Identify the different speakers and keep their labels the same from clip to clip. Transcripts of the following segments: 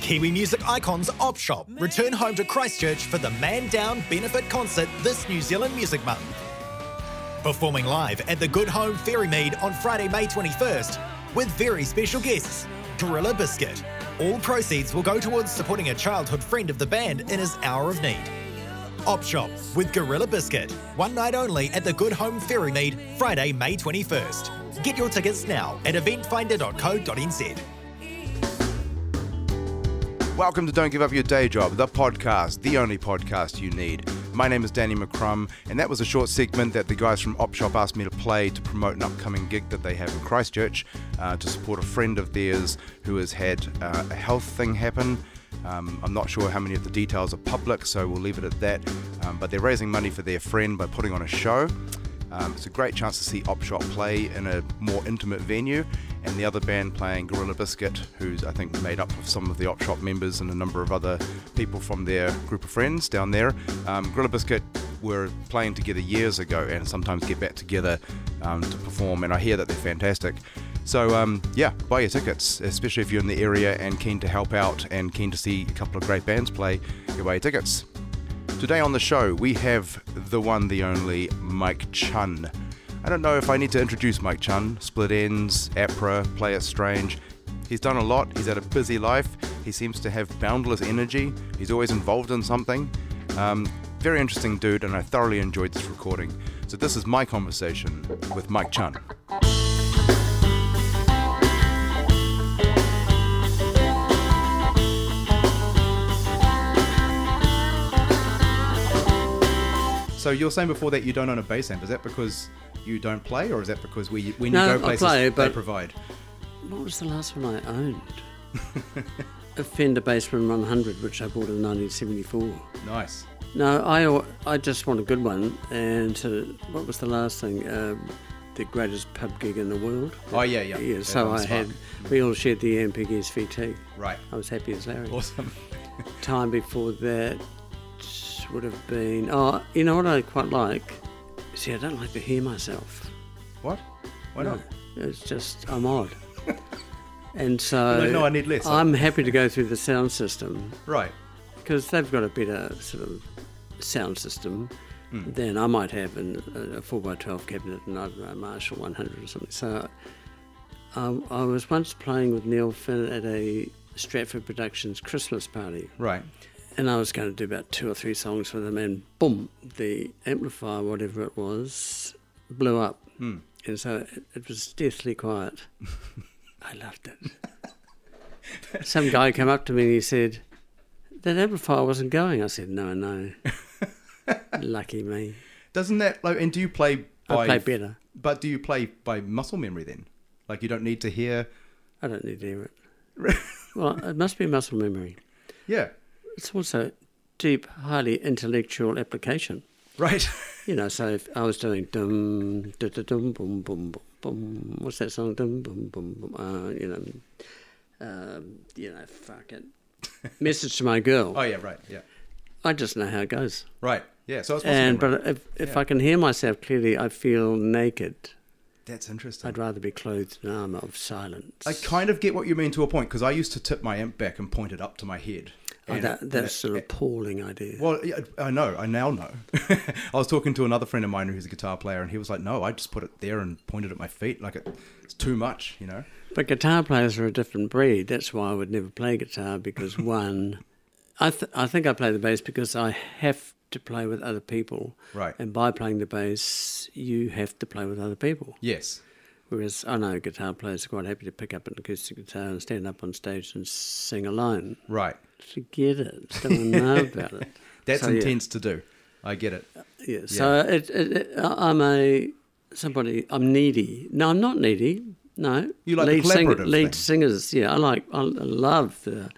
Speaker 1: Kiwi music icons Op Shop return home to Christchurch for the Man Down benefit concert this New Zealand Music Month. Performing live at the Good Home Ferrymead on Friday, May 21st, with very special guests Gorilla Biscuit. All proceeds will go towards supporting a childhood friend of the band in his hour of need. Op Shop with Gorilla Biscuit. One night only at the Good Home Ferrymead, Friday, May 21st. Get your tickets now at eventfinder.co.nz.
Speaker 2: Welcome to Don't Give Up Your Day Job, the podcast, the only podcast you need. My name is Danny McCrum, and that was a short segment that the guys from Op Shop asked me to play to promote an upcoming gig that they have in Christchurch uh, to support a friend of theirs who has had uh, a health thing happen. Um, I'm not sure how many of the details are public, so we'll leave it at that. Um, but they're raising money for their friend by putting on a show. Um, it's a great chance to see Op Shop play in a more intimate venue, and the other band playing Gorilla Biscuit, who's I think made up of some of the Op Shop members and a number of other people from their group of friends down there. Um, Gorilla Biscuit were playing together years ago and sometimes get back together um, to perform, and I hear that they're fantastic. So um, yeah, buy your tickets, especially if you're in the area and keen to help out and keen to see a couple of great bands play. Go buy your tickets. Today on the show, we have the one, the only Mike Chun. I don't know if I need to introduce Mike Chun, Split Ends, APRA, Play It Strange. He's done a lot, he's had a busy life, he seems to have boundless energy, he's always involved in something. Um, very interesting dude, and I thoroughly enjoyed this recording. So, this is my conversation with Mike Chun. So you're saying before that you don't own a bass amp. Is that because you don't play, or is that because we, when
Speaker 3: No,
Speaker 2: you
Speaker 3: I
Speaker 2: go places
Speaker 3: play,
Speaker 2: they
Speaker 3: but-
Speaker 2: provide?
Speaker 3: What was the last one I owned? a Fender Bassman 100, which I bought in 1974.
Speaker 2: Nice.
Speaker 3: No, I al- I just want a good one. And uh, what was the last thing? Um the greatest pub gig in the world.
Speaker 2: Oh, yeah, yeah.
Speaker 3: Yeah.
Speaker 2: Yeah,
Speaker 3: so
Speaker 2: on
Speaker 3: I had.
Speaker 2: Spark.
Speaker 3: We all shared the Ampeg SVT.
Speaker 2: Right.
Speaker 3: I was happy as Larry.
Speaker 2: Awesome.
Speaker 3: Time before that would have been. Oh, you know what I quite like. See, I don't like to hear myself.
Speaker 2: What? Why not?
Speaker 3: It's just I'm odd. And so
Speaker 2: Well, no, I need less.
Speaker 3: I'm happy to go through the sound system
Speaker 2: Right.
Speaker 3: because they've got a better sort of sound system
Speaker 2: Hmm.
Speaker 3: than I might have in a- a 4x12 cabinet and I don't know, Marshall 100 or something. So I, I was once playing with Neil Finn at a Stratford Productions Christmas party
Speaker 2: Right.
Speaker 3: and I was going to do about two or three songs with him, and boom, the amplifier, whatever it was, blew up. And so it, it was deathly quiet. I loved it. Some guy came up to me and he said, That amplifier wasn't going. I said, No, no. Lucky me.
Speaker 2: Doesn't that like? And do you play? By,
Speaker 3: I play better.
Speaker 2: But do you play by muscle memory then? Like you don't need to hear.
Speaker 3: I don't need to hear it. Well, it must be muscle memory.
Speaker 2: yeah.
Speaker 3: It's also deep, highly intellectual application.
Speaker 2: Right.
Speaker 3: You know, so if I was doing dum da da dum bum bum bum bum, what's that song? Dum bum bum bum. Uh, you know, um, you know, fuck it. Message to my girl.
Speaker 2: oh yeah. Right. Yeah.
Speaker 3: I just know how it goes.
Speaker 2: Right. Yeah. So it's muscle
Speaker 3: And
Speaker 2: memory.
Speaker 3: but if if I can hear myself clearly, I feel naked.
Speaker 2: That's interesting.
Speaker 3: I'd rather be clothed in armor of silence.
Speaker 2: I kind of get what you mean to a point because I used to tip my amp back and point it up to my head.
Speaker 3: Oh,
Speaker 2: And-
Speaker 3: that, that's an appalling idea.
Speaker 2: Well, yeah, I know. I now know. I was talking to another friend of mine who's a guitar player, and he was like, "No, I just put it there and pointed at my feet. Like it, it's too much, you know."
Speaker 3: But guitar players are a different breed. That's why I would never play guitar because one, I th- I think I play the bass because I have to play with other people.
Speaker 2: Right.
Speaker 3: And by playing the bass, you have to play with other people.
Speaker 2: Yes.
Speaker 3: Whereas I know guitar players are quite happy to pick up an acoustic guitar and stand up on stage and sing a line.
Speaker 2: Right.
Speaker 3: Forget it. Don't know about it.
Speaker 2: That's
Speaker 3: So, yeah.
Speaker 2: intense to do. I get it.
Speaker 3: Yeah. So it, it, it, I- I'm a somebody. I'm needy. No, I'm not needy. No.
Speaker 2: You like the
Speaker 3: lead singer-
Speaker 2: collaborative
Speaker 3: lead
Speaker 2: thing.
Speaker 3: singers. Yeah, I like. I love the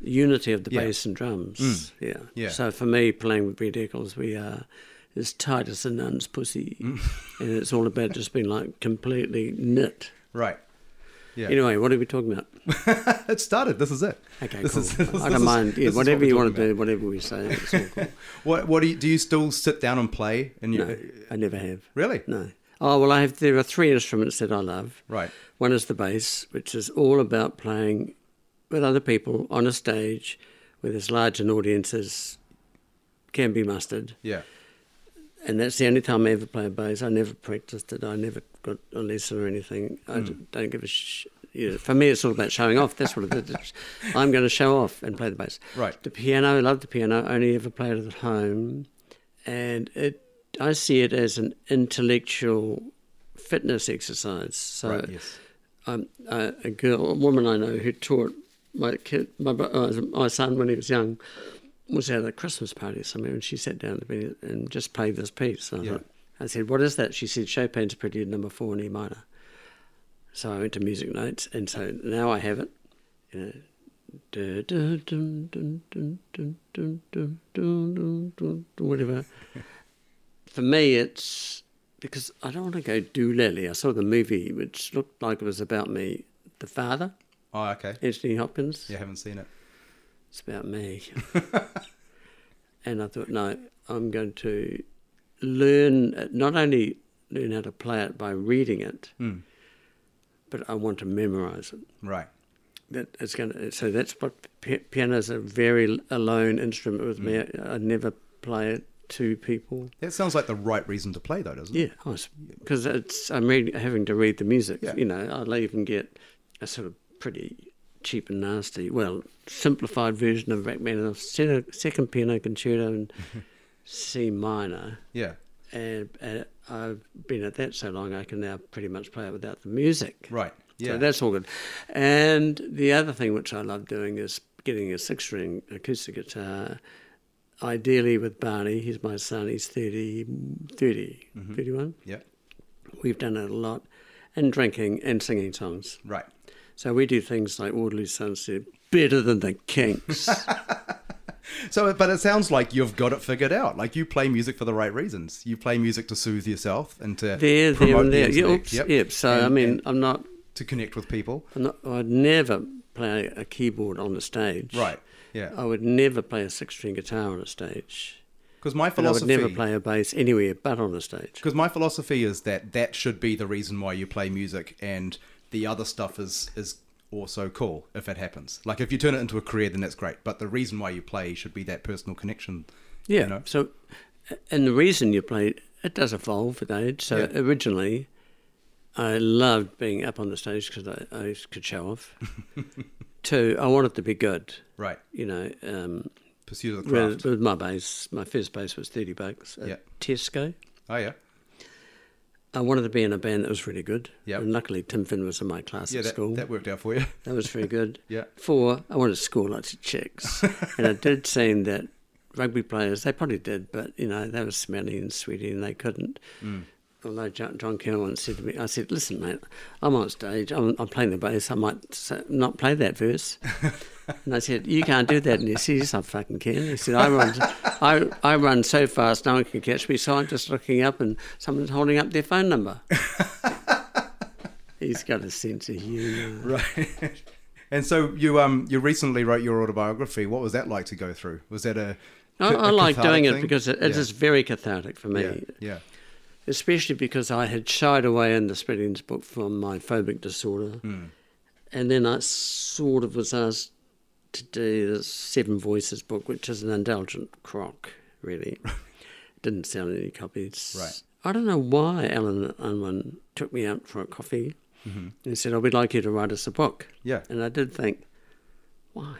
Speaker 3: unity of the
Speaker 2: Yeah. Mm.
Speaker 3: bass and drums. Yeah.
Speaker 2: Yeah.
Speaker 3: So for me, playing with Brett Eccles, we are as tight as a nun's pussy,
Speaker 2: Mm.
Speaker 3: and it's all about just being like completely knit.
Speaker 2: Right. Yeah.
Speaker 3: Anyway, what are we talking about?
Speaker 2: it started. This is it.
Speaker 3: Okay,
Speaker 2: This
Speaker 3: cool.
Speaker 2: is- this
Speaker 3: I
Speaker 2: is-
Speaker 3: don't mind.
Speaker 2: this
Speaker 3: Yeah,
Speaker 2: is what
Speaker 3: whatever
Speaker 2: we're
Speaker 3: you want to
Speaker 2: talking
Speaker 3: do, whatever we say, it's all cool.
Speaker 2: about. What? What do you do? You still sit down and play? And you
Speaker 3: No, I never have.
Speaker 2: really?
Speaker 3: No. Oh well, I have. There are three instruments that I love.
Speaker 2: Right.
Speaker 3: One is the bass, which is all about playing with other people on a stage with as large an audience as can be mustered.
Speaker 2: Yeah.
Speaker 3: And that's the only time I ever played bass. I never practiced it. I never got a lesson or anything. I
Speaker 2: Mm.
Speaker 3: d- don't give a sh- you know, For me, it's all about showing off. That's what it is. I'm going to show off and play the bass.
Speaker 2: Right.
Speaker 3: The piano, I love the piano. Only ever played it at home, and it. I see it as an intellectual fitness exercise. So
Speaker 2: Right, yes.
Speaker 3: um, a, a girl, a woman I know who taught my kid, my, bro- uh, my son when he was young, was at a Christmas party somewhere, and she sat down to me and just played this piece. And I,
Speaker 2: Yeah.
Speaker 3: thought, I said, "What is that?" She said, "Chopin's Prelude Number Four in E minor." So I went to music notes, and so now I have it. You know. Du- du- dun- dun- dun- dun- dun- dun- dun- dun- dun- dun- Whatever. For me, it's because I don't want to go doolally. I saw the movie, which looked like it was about me, the father,
Speaker 2: Oh, okay.
Speaker 3: Anthony Hopkins.
Speaker 2: Yeah, haven't seen it.
Speaker 3: It's about me. and I thought, no, I'm going to learn, not only learn how to play it by reading it, but I want to memorize it.
Speaker 2: Right.
Speaker 3: That it's going to, so that's what pi- piano is a very alone instrument with me. I, I never play it to people.
Speaker 2: That sounds like the right reason to play, though, doesn't it?
Speaker 3: Yeah, because it's I'm read, having to read the music.
Speaker 2: Yeah.
Speaker 3: You know, I'll even get a sort of pretty cheap and nasty, well, simplified version of Rachmaninoff's se- second piano concerto in C minor.
Speaker 2: Yeah.
Speaker 3: And, and I've been at that so long, I can now pretty much play it without the music.
Speaker 2: Right. Yeah.
Speaker 3: So that's all good. And the other thing which I love doing is getting a six string acoustic guitar, ideally with Barney. He's my son, he's 30, 30
Speaker 2: Mm-hmm.
Speaker 3: 31.
Speaker 2: Yeah.
Speaker 3: We've done it a lot, and drinking and singing songs.
Speaker 2: Right.
Speaker 3: So we do things like Waterloo Sunset better than the Kinks.
Speaker 2: So, but it sounds like you've got it figured out. Like you play music for the right reasons. You play music to soothe yourself and to
Speaker 3: there, there,
Speaker 2: promote
Speaker 3: and
Speaker 2: the
Speaker 3: there. Yeah,
Speaker 2: intellect.
Speaker 3: oops, yep. So I
Speaker 2: And-
Speaker 3: mean,
Speaker 2: and
Speaker 3: I'm not.
Speaker 2: to connect with people.
Speaker 3: I'm not. I'd never play a keyboard on the stage.
Speaker 2: Right. Yeah.
Speaker 3: I would never play a six-string guitar on a stage.
Speaker 2: Because my
Speaker 3: And I would
Speaker 2: philosophy.
Speaker 3: never play a bass anywhere but on a stage.
Speaker 2: Because my philosophy is that that should be the reason why you play music, and the other stuff is is also cool if it happens. Like if you turn it into a career, then that's great. But the reason why you play should be that personal connection.
Speaker 3: Yeah.
Speaker 2: You know?
Speaker 3: So, and the reason you play it does evolve with age. So
Speaker 2: Yeah.
Speaker 3: originally, I loved being up on the stage because I, I could show off. Two, I wanted to be good.
Speaker 2: Right.
Speaker 3: You know, um,
Speaker 2: Pursue the
Speaker 3: with,
Speaker 2: craft.
Speaker 3: with my base, my first base was thirty bucks at
Speaker 2: Yeah.
Speaker 3: Tesco.
Speaker 2: Oh yeah.
Speaker 3: I wanted to be in a band that was really good.
Speaker 2: Yeah.
Speaker 3: And luckily, Tim Finn was in my class
Speaker 2: Yeah.
Speaker 3: at
Speaker 2: That,
Speaker 3: school.
Speaker 2: that worked out for you.
Speaker 3: That was very good.
Speaker 2: Yeah.
Speaker 3: Four, I wanted to score lots of chicks. and it did seem that rugby players, they probably did, but, you know, they were smelly and sweaty and they couldn't. Although John, John Kerr once said to me, I said, listen, mate, I'm on stage, I'm, I'm playing the bass, I might sa- not play that verse. and I said, you can't do that. And he said, yes, I fucking can. He said, I run, I, I run so fast, no one can catch me, so I'm just looking up and someone's holding up their phone number. He's got a sense of humour.
Speaker 2: Right. And so you um you recently wrote your autobiography. What was that like to go through? Was that a
Speaker 3: I,
Speaker 2: ca-
Speaker 3: I
Speaker 2: a
Speaker 3: like
Speaker 2: cathartic
Speaker 3: doing it
Speaker 2: thing?
Speaker 3: because it, it is
Speaker 2: yeah.
Speaker 3: very cathartic for me,
Speaker 2: yeah. yeah.
Speaker 3: especially because I had shied away in the Spreadings book from my phobic disorder.
Speaker 2: Hmm.
Speaker 3: And then I sort of was asked to do the Seven Voices book, which is an indulgent crock, really. Didn't sell any copies.
Speaker 2: Right.
Speaker 3: I don't know why Alan Unwin took me out for a coffee
Speaker 2: Mm-hmm.
Speaker 3: and said, I would like you to write us a book.
Speaker 2: Yeah.
Speaker 3: And I did think, why?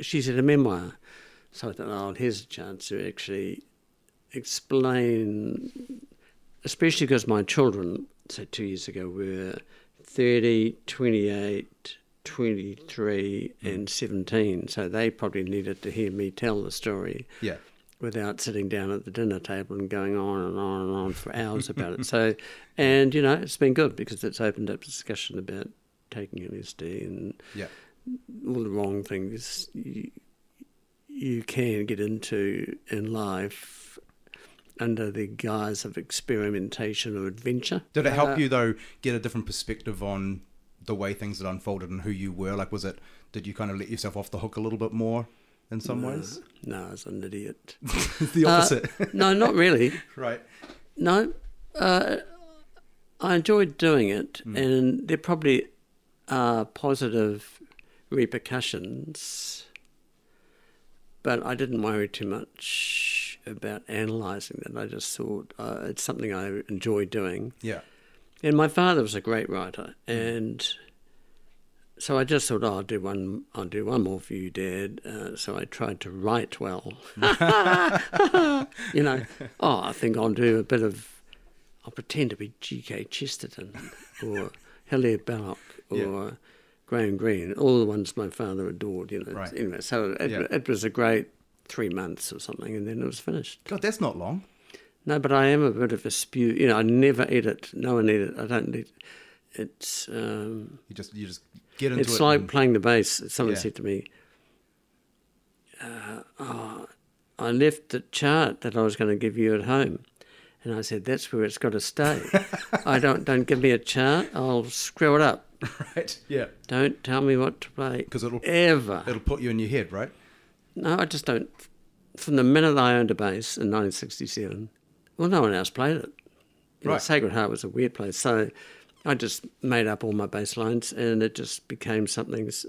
Speaker 3: She said a memoir. So I thought, oh, here's a chance to actually explain, especially because my children, so two years ago, were 30, 28, 23, and 17. So they probably needed to hear me tell the story
Speaker 2: Yeah.
Speaker 3: without sitting down at the dinner table and going on and on and on for hours about it. So, and you know, it's been good because it's opened up discussion about taking LSD and
Speaker 2: Yeah.
Speaker 3: all the wrong things you, you can get into in life under the guise of experimentation or adventure.
Speaker 2: Did it help
Speaker 3: Uh,
Speaker 2: you though get a different perspective on the way things had unfolded and who you were? Like, was it did you kind of let yourself off the hook a little bit more in some ways?
Speaker 3: No, I was an idiot.
Speaker 2: It's the
Speaker 3: Uh,
Speaker 2: opposite,
Speaker 3: no, not really.
Speaker 2: right?
Speaker 3: No, uh, I enjoyed doing it, and there probably are positive repercussions, but I didn't worry too much about analysing them. I just thought uh, it's something I enjoy doing.
Speaker 2: Yeah.
Speaker 3: And my father was a great writer,
Speaker 2: Mm.
Speaker 3: and so I just thought, oh, I'll do one. I'll do one more for you, Dad. Uh, so I tried to write well. you know, oh, I think I'll do a bit of. I'll pretend to be G.K. Chesterton or Hilaire Belloc or Graham Greene, all the ones my father adored. You know,
Speaker 2: Right.
Speaker 3: anyway. So it,
Speaker 2: Yeah.
Speaker 3: it was a great three months or something, and then it was finished.
Speaker 2: God, that's not long.
Speaker 3: No, but I am a bit of a spew. You know, I never edit. No one edit. I don't need. It's um,
Speaker 2: You just you just get into
Speaker 3: it's
Speaker 2: it.
Speaker 3: like
Speaker 2: and-
Speaker 3: playing the bass. Someone
Speaker 2: Yeah.
Speaker 3: said to me, uh, oh, "I left the chart that I was going to give you at home," and I said, "That's where it's got to stay. I don't don't give me a chart. I'll screw it up.
Speaker 2: right? Yeah.
Speaker 3: Don't tell me what to play
Speaker 2: 'Cause it'll-
Speaker 3: ever.
Speaker 2: It'll put you in your head, right?
Speaker 3: No, I just don't. From the minute I owned a bass in 1967, well, no one else played it. You know,
Speaker 2: Right.
Speaker 3: Sacred Heart was a weird place. So I just made up all my bass lines and it just became something, s-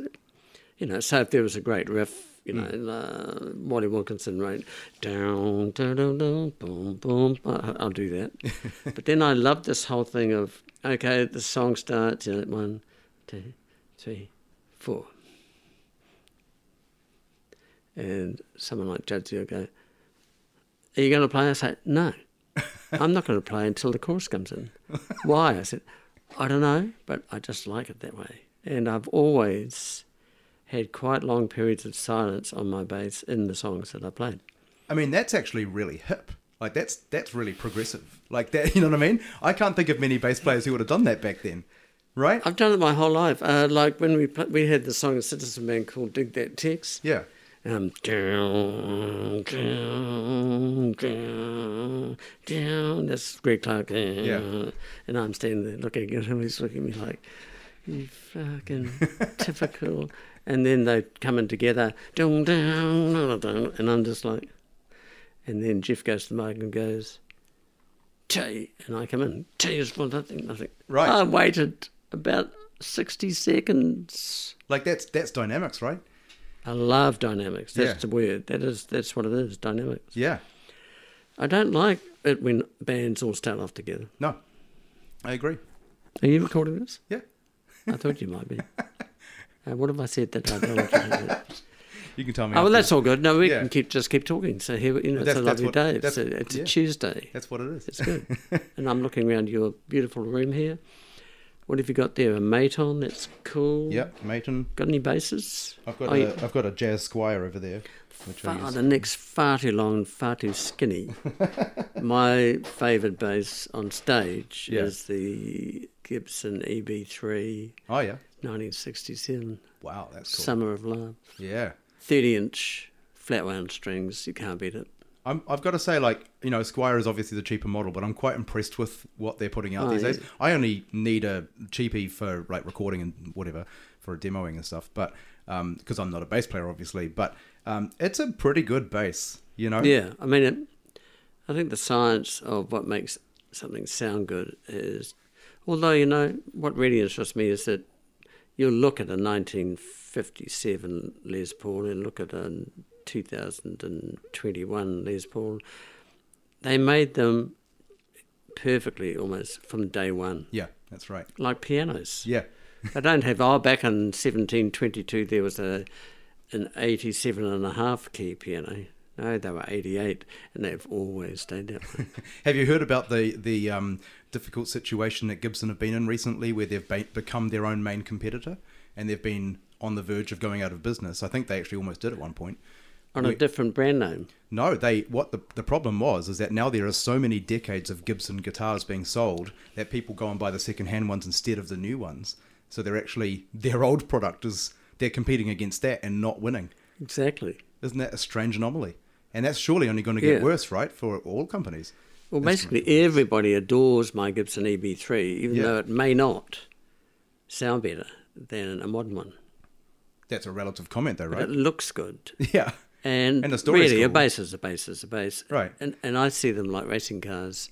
Speaker 3: you know. So if there was a great riff, you know, uh, Wally Wilkinson wrote, down, down, down, down, boom, boom, I- I'll do that. but then I loved this whole thing of, okay, the song starts, you know, one, two, three, four. And someone like Judge will go, Are you going to play? I say, No, I'm not going to play until the chorus comes in. Why? I said, I don't know, but I just like it that way. And I've always had quite long periods of silence on my bass in the songs that I played.
Speaker 2: I mean, that's actually really hip. Like that's that's really progressive. Like that, you know what I mean? I can't think of many bass players who would have done that back then, right?
Speaker 3: I've done it my whole life. Uh, like when we pl- we had the song of Citizen Band called Dig That Text.
Speaker 2: yeah.
Speaker 3: Um, down, down, down, down. That's Greg Clark.
Speaker 2: Yeah.
Speaker 3: And I'm standing there looking at him. He's looking at me like, you fucking typical. And then they come in together. Down, down, down, down, and I'm just like, and then Jeff goes to the mic and goes, T. And I come in. T is for nothing, nothing.
Speaker 2: Right.
Speaker 3: I waited about 60 seconds.
Speaker 2: Like that's that's dynamics, right?
Speaker 3: I love dynamics. That's
Speaker 2: Yeah.
Speaker 3: the word. That is that's what it is, dynamics.
Speaker 2: Yeah.
Speaker 3: I don't like it when bands all start off together.
Speaker 2: No. I agree.
Speaker 3: Are you recording this?
Speaker 2: Yeah.
Speaker 3: I thought you might be. Uh, what have I said that I don't want you to do?
Speaker 2: You can tell me.
Speaker 3: Oh well,
Speaker 2: after.
Speaker 3: that's all good. No, we
Speaker 2: Yeah.
Speaker 3: can keep just keep talking. So here, you know,
Speaker 2: That's-
Speaker 3: it's a
Speaker 2: that's
Speaker 3: lovely
Speaker 2: what-
Speaker 3: day. It's,
Speaker 2: that's-
Speaker 3: a, it's
Speaker 2: yeah.
Speaker 3: a Tuesday.
Speaker 2: that's what it is.
Speaker 3: It's good. and I'm looking around your beautiful room here. What have you got there? A Maton. That's cool.
Speaker 2: Yep, Maton.
Speaker 3: Got any basses?
Speaker 2: I've got
Speaker 3: Oh,
Speaker 2: a
Speaker 3: yeah.
Speaker 2: have got a jazz squire over there, which I
Speaker 3: Far,
Speaker 2: use.
Speaker 3: the next far too long, far too skinny. My favourite bass on stage
Speaker 2: Yeah.
Speaker 3: is the Gibson E EB3
Speaker 2: Oh yeah.
Speaker 3: 1967
Speaker 2: Wow, that's cool.
Speaker 3: Summer of Love.
Speaker 2: yeah.
Speaker 3: 30 inch flat wound strings, you can't beat it.
Speaker 2: I'm, I've got to say, like you know, Squire is obviously the cheaper model, but I'm quite impressed with what they're putting out
Speaker 3: Oh,
Speaker 2: these days.
Speaker 3: yeah.
Speaker 2: I only need a cheapie for like recording and whatever for demoing and stuff, but because I'm not a bass player, obviously, but um, it's a pretty good bass, you know.
Speaker 3: Yeah, I mean, it, I think the science of what makes something sound good is, although you know what really interests me is that you look at a 1957 Les Paul and look at a 2021 Les Paul, they made them perfectly almost from day one,
Speaker 2: Yeah, that's right.
Speaker 3: like pianos.
Speaker 2: Yeah,
Speaker 3: I don't have. Oh, back in 1722, there was a an 87 and a half key piano. No, they were 88, and they've always stayed that way.
Speaker 2: have you heard about the the um, difficult situation that Gibson have been in recently, where they've ba- become their own main competitor and they've been on the verge of going out of business? I think they actually almost did at one point.
Speaker 3: On
Speaker 2: We-
Speaker 3: a different brand name.
Speaker 2: No, they what the the problem was is that now there are so many decades of Gibson guitars being sold that people go and buy the second hand ones instead of the new ones. So they're actually their old product is they're competing against that and not winning.
Speaker 3: Exactly.
Speaker 2: Isn't that a strange anomaly? And that's surely only going to get
Speaker 3: Yeah.
Speaker 2: worse, right, for all companies.
Speaker 3: Well, basically, everybody adores my Gibson EB3, even
Speaker 2: Yeah.
Speaker 3: though it may not sound better than a modern one.
Speaker 2: That's a relative comment, though, right?
Speaker 3: It looks good.
Speaker 2: yeah,
Speaker 3: And,
Speaker 2: And the story's
Speaker 3: really, a
Speaker 2: cool.
Speaker 3: base is a base is a base.
Speaker 2: Right. Hmm.
Speaker 3: And and I see them like racing cars.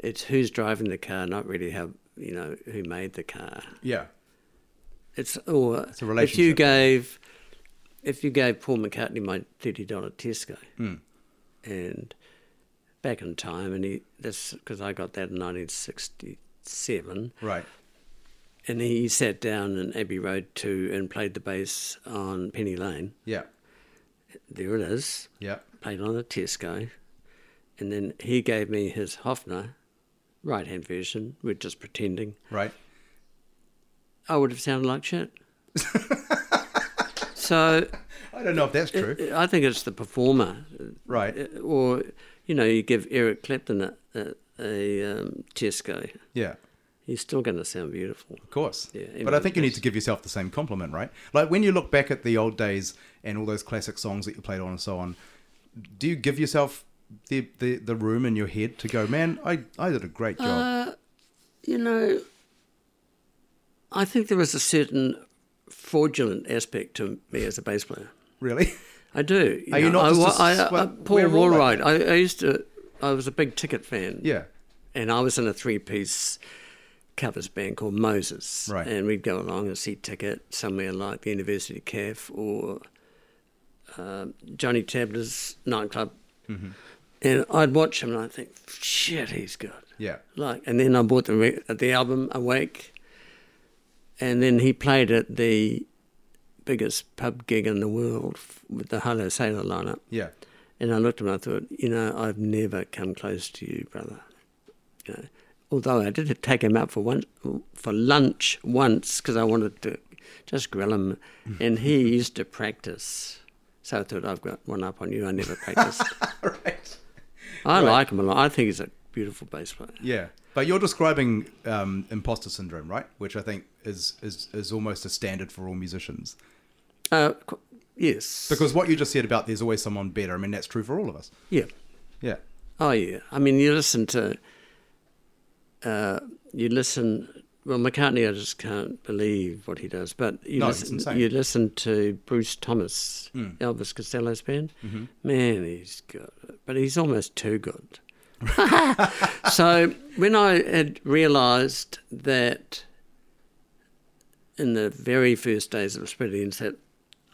Speaker 3: It's who's driving the car, not really how you know who made the car.
Speaker 2: yeah,
Speaker 3: It's or
Speaker 2: a
Speaker 3: If you
Speaker 2: relationship.
Speaker 3: gave, if you gave Paul McCartney my thirty dollar Tesco,
Speaker 2: Hmm.
Speaker 3: and back in time, and he that's because I got that in nineteen sixty seven,
Speaker 2: Right.
Speaker 3: and he sat down in Abbey Road two and played the bass on Penny Lane.
Speaker 2: Yeah.
Speaker 3: There it is.
Speaker 2: Yeah.
Speaker 3: Played on a Tesco, and then he gave me his Hofner, right hand version. We're just pretending.
Speaker 2: Right.
Speaker 3: I would have sounded like shit. so
Speaker 2: I don't know if that's true.
Speaker 3: I think it's the performer, uh,
Speaker 2: Right.
Speaker 3: or you know, you give Eric Clapton a, a, a um, Tesco,
Speaker 2: Yeah.
Speaker 3: he's still going to sound beautiful.
Speaker 2: Of course.
Speaker 3: Yeah,
Speaker 2: but I think you
Speaker 3: it
Speaker 2: need to give yourself the same compliment, right? Like when you look back at the old days and all those classic songs that you played on and so on, do you give yourself the, the, the room in your head to go, man, I, I did a great job?
Speaker 3: Uh, You know, I think there was a certain fraudulent aspect to me as a bass player.
Speaker 2: really?
Speaker 3: I do.
Speaker 2: Are you not
Speaker 3: I,
Speaker 2: just
Speaker 3: wa-
Speaker 2: a
Speaker 3: I,
Speaker 2: s-
Speaker 3: I,
Speaker 2: well,
Speaker 3: Paul
Speaker 2: we're all like
Speaker 3: Wallride. I, I used to. I was a big ticket fan.
Speaker 2: yeah.
Speaker 3: and I was in a three piece covers band called Moses.
Speaker 2: Right.
Speaker 3: And we'd go along and see Ticket somewhere like the University Cafe or um Johnny Tabler's nightclub.
Speaker 2: Mm-hmm.
Speaker 3: And I'd watch him and I'd think, shit, he's good.
Speaker 2: Yeah.
Speaker 3: Like, and then I bought the, re- the album Awake. And then he played at the biggest pub gig in the world f- with the Hello Sailor lineup.
Speaker 2: Yeah.
Speaker 3: And I looked at him and I thought, you know, I've never come close to you, brother. You know, although I did take him out for one for lunch once because I wanted to just grill him, and he used to practice. So I thought I've got one up on you. I never practiced.
Speaker 2: right.
Speaker 3: I like him a lot. I think he's a beautiful bass player.
Speaker 2: Yeah, but you're describing um, imposter syndrome, right? Which I think is, is is almost a standard for all musicians.
Speaker 3: Uh, qu- yes.
Speaker 2: Because what you just said about there's always someone better. I mean, that's true for all of us.
Speaker 3: yeah.
Speaker 2: Yeah,
Speaker 3: Oh yeah. I mean, you listen to. Uh, you listen. Well, McCartney, I just can't believe what he does. But you,
Speaker 2: No, it's
Speaker 3: listen,
Speaker 2: insane. Hmm.
Speaker 3: you listen to Bruce Thomas, Elvis Costello's band.
Speaker 2: Mm-hmm.
Speaker 3: Man, he's good, but he's almost too good. so when I had realised that in the very first days of Spreadians that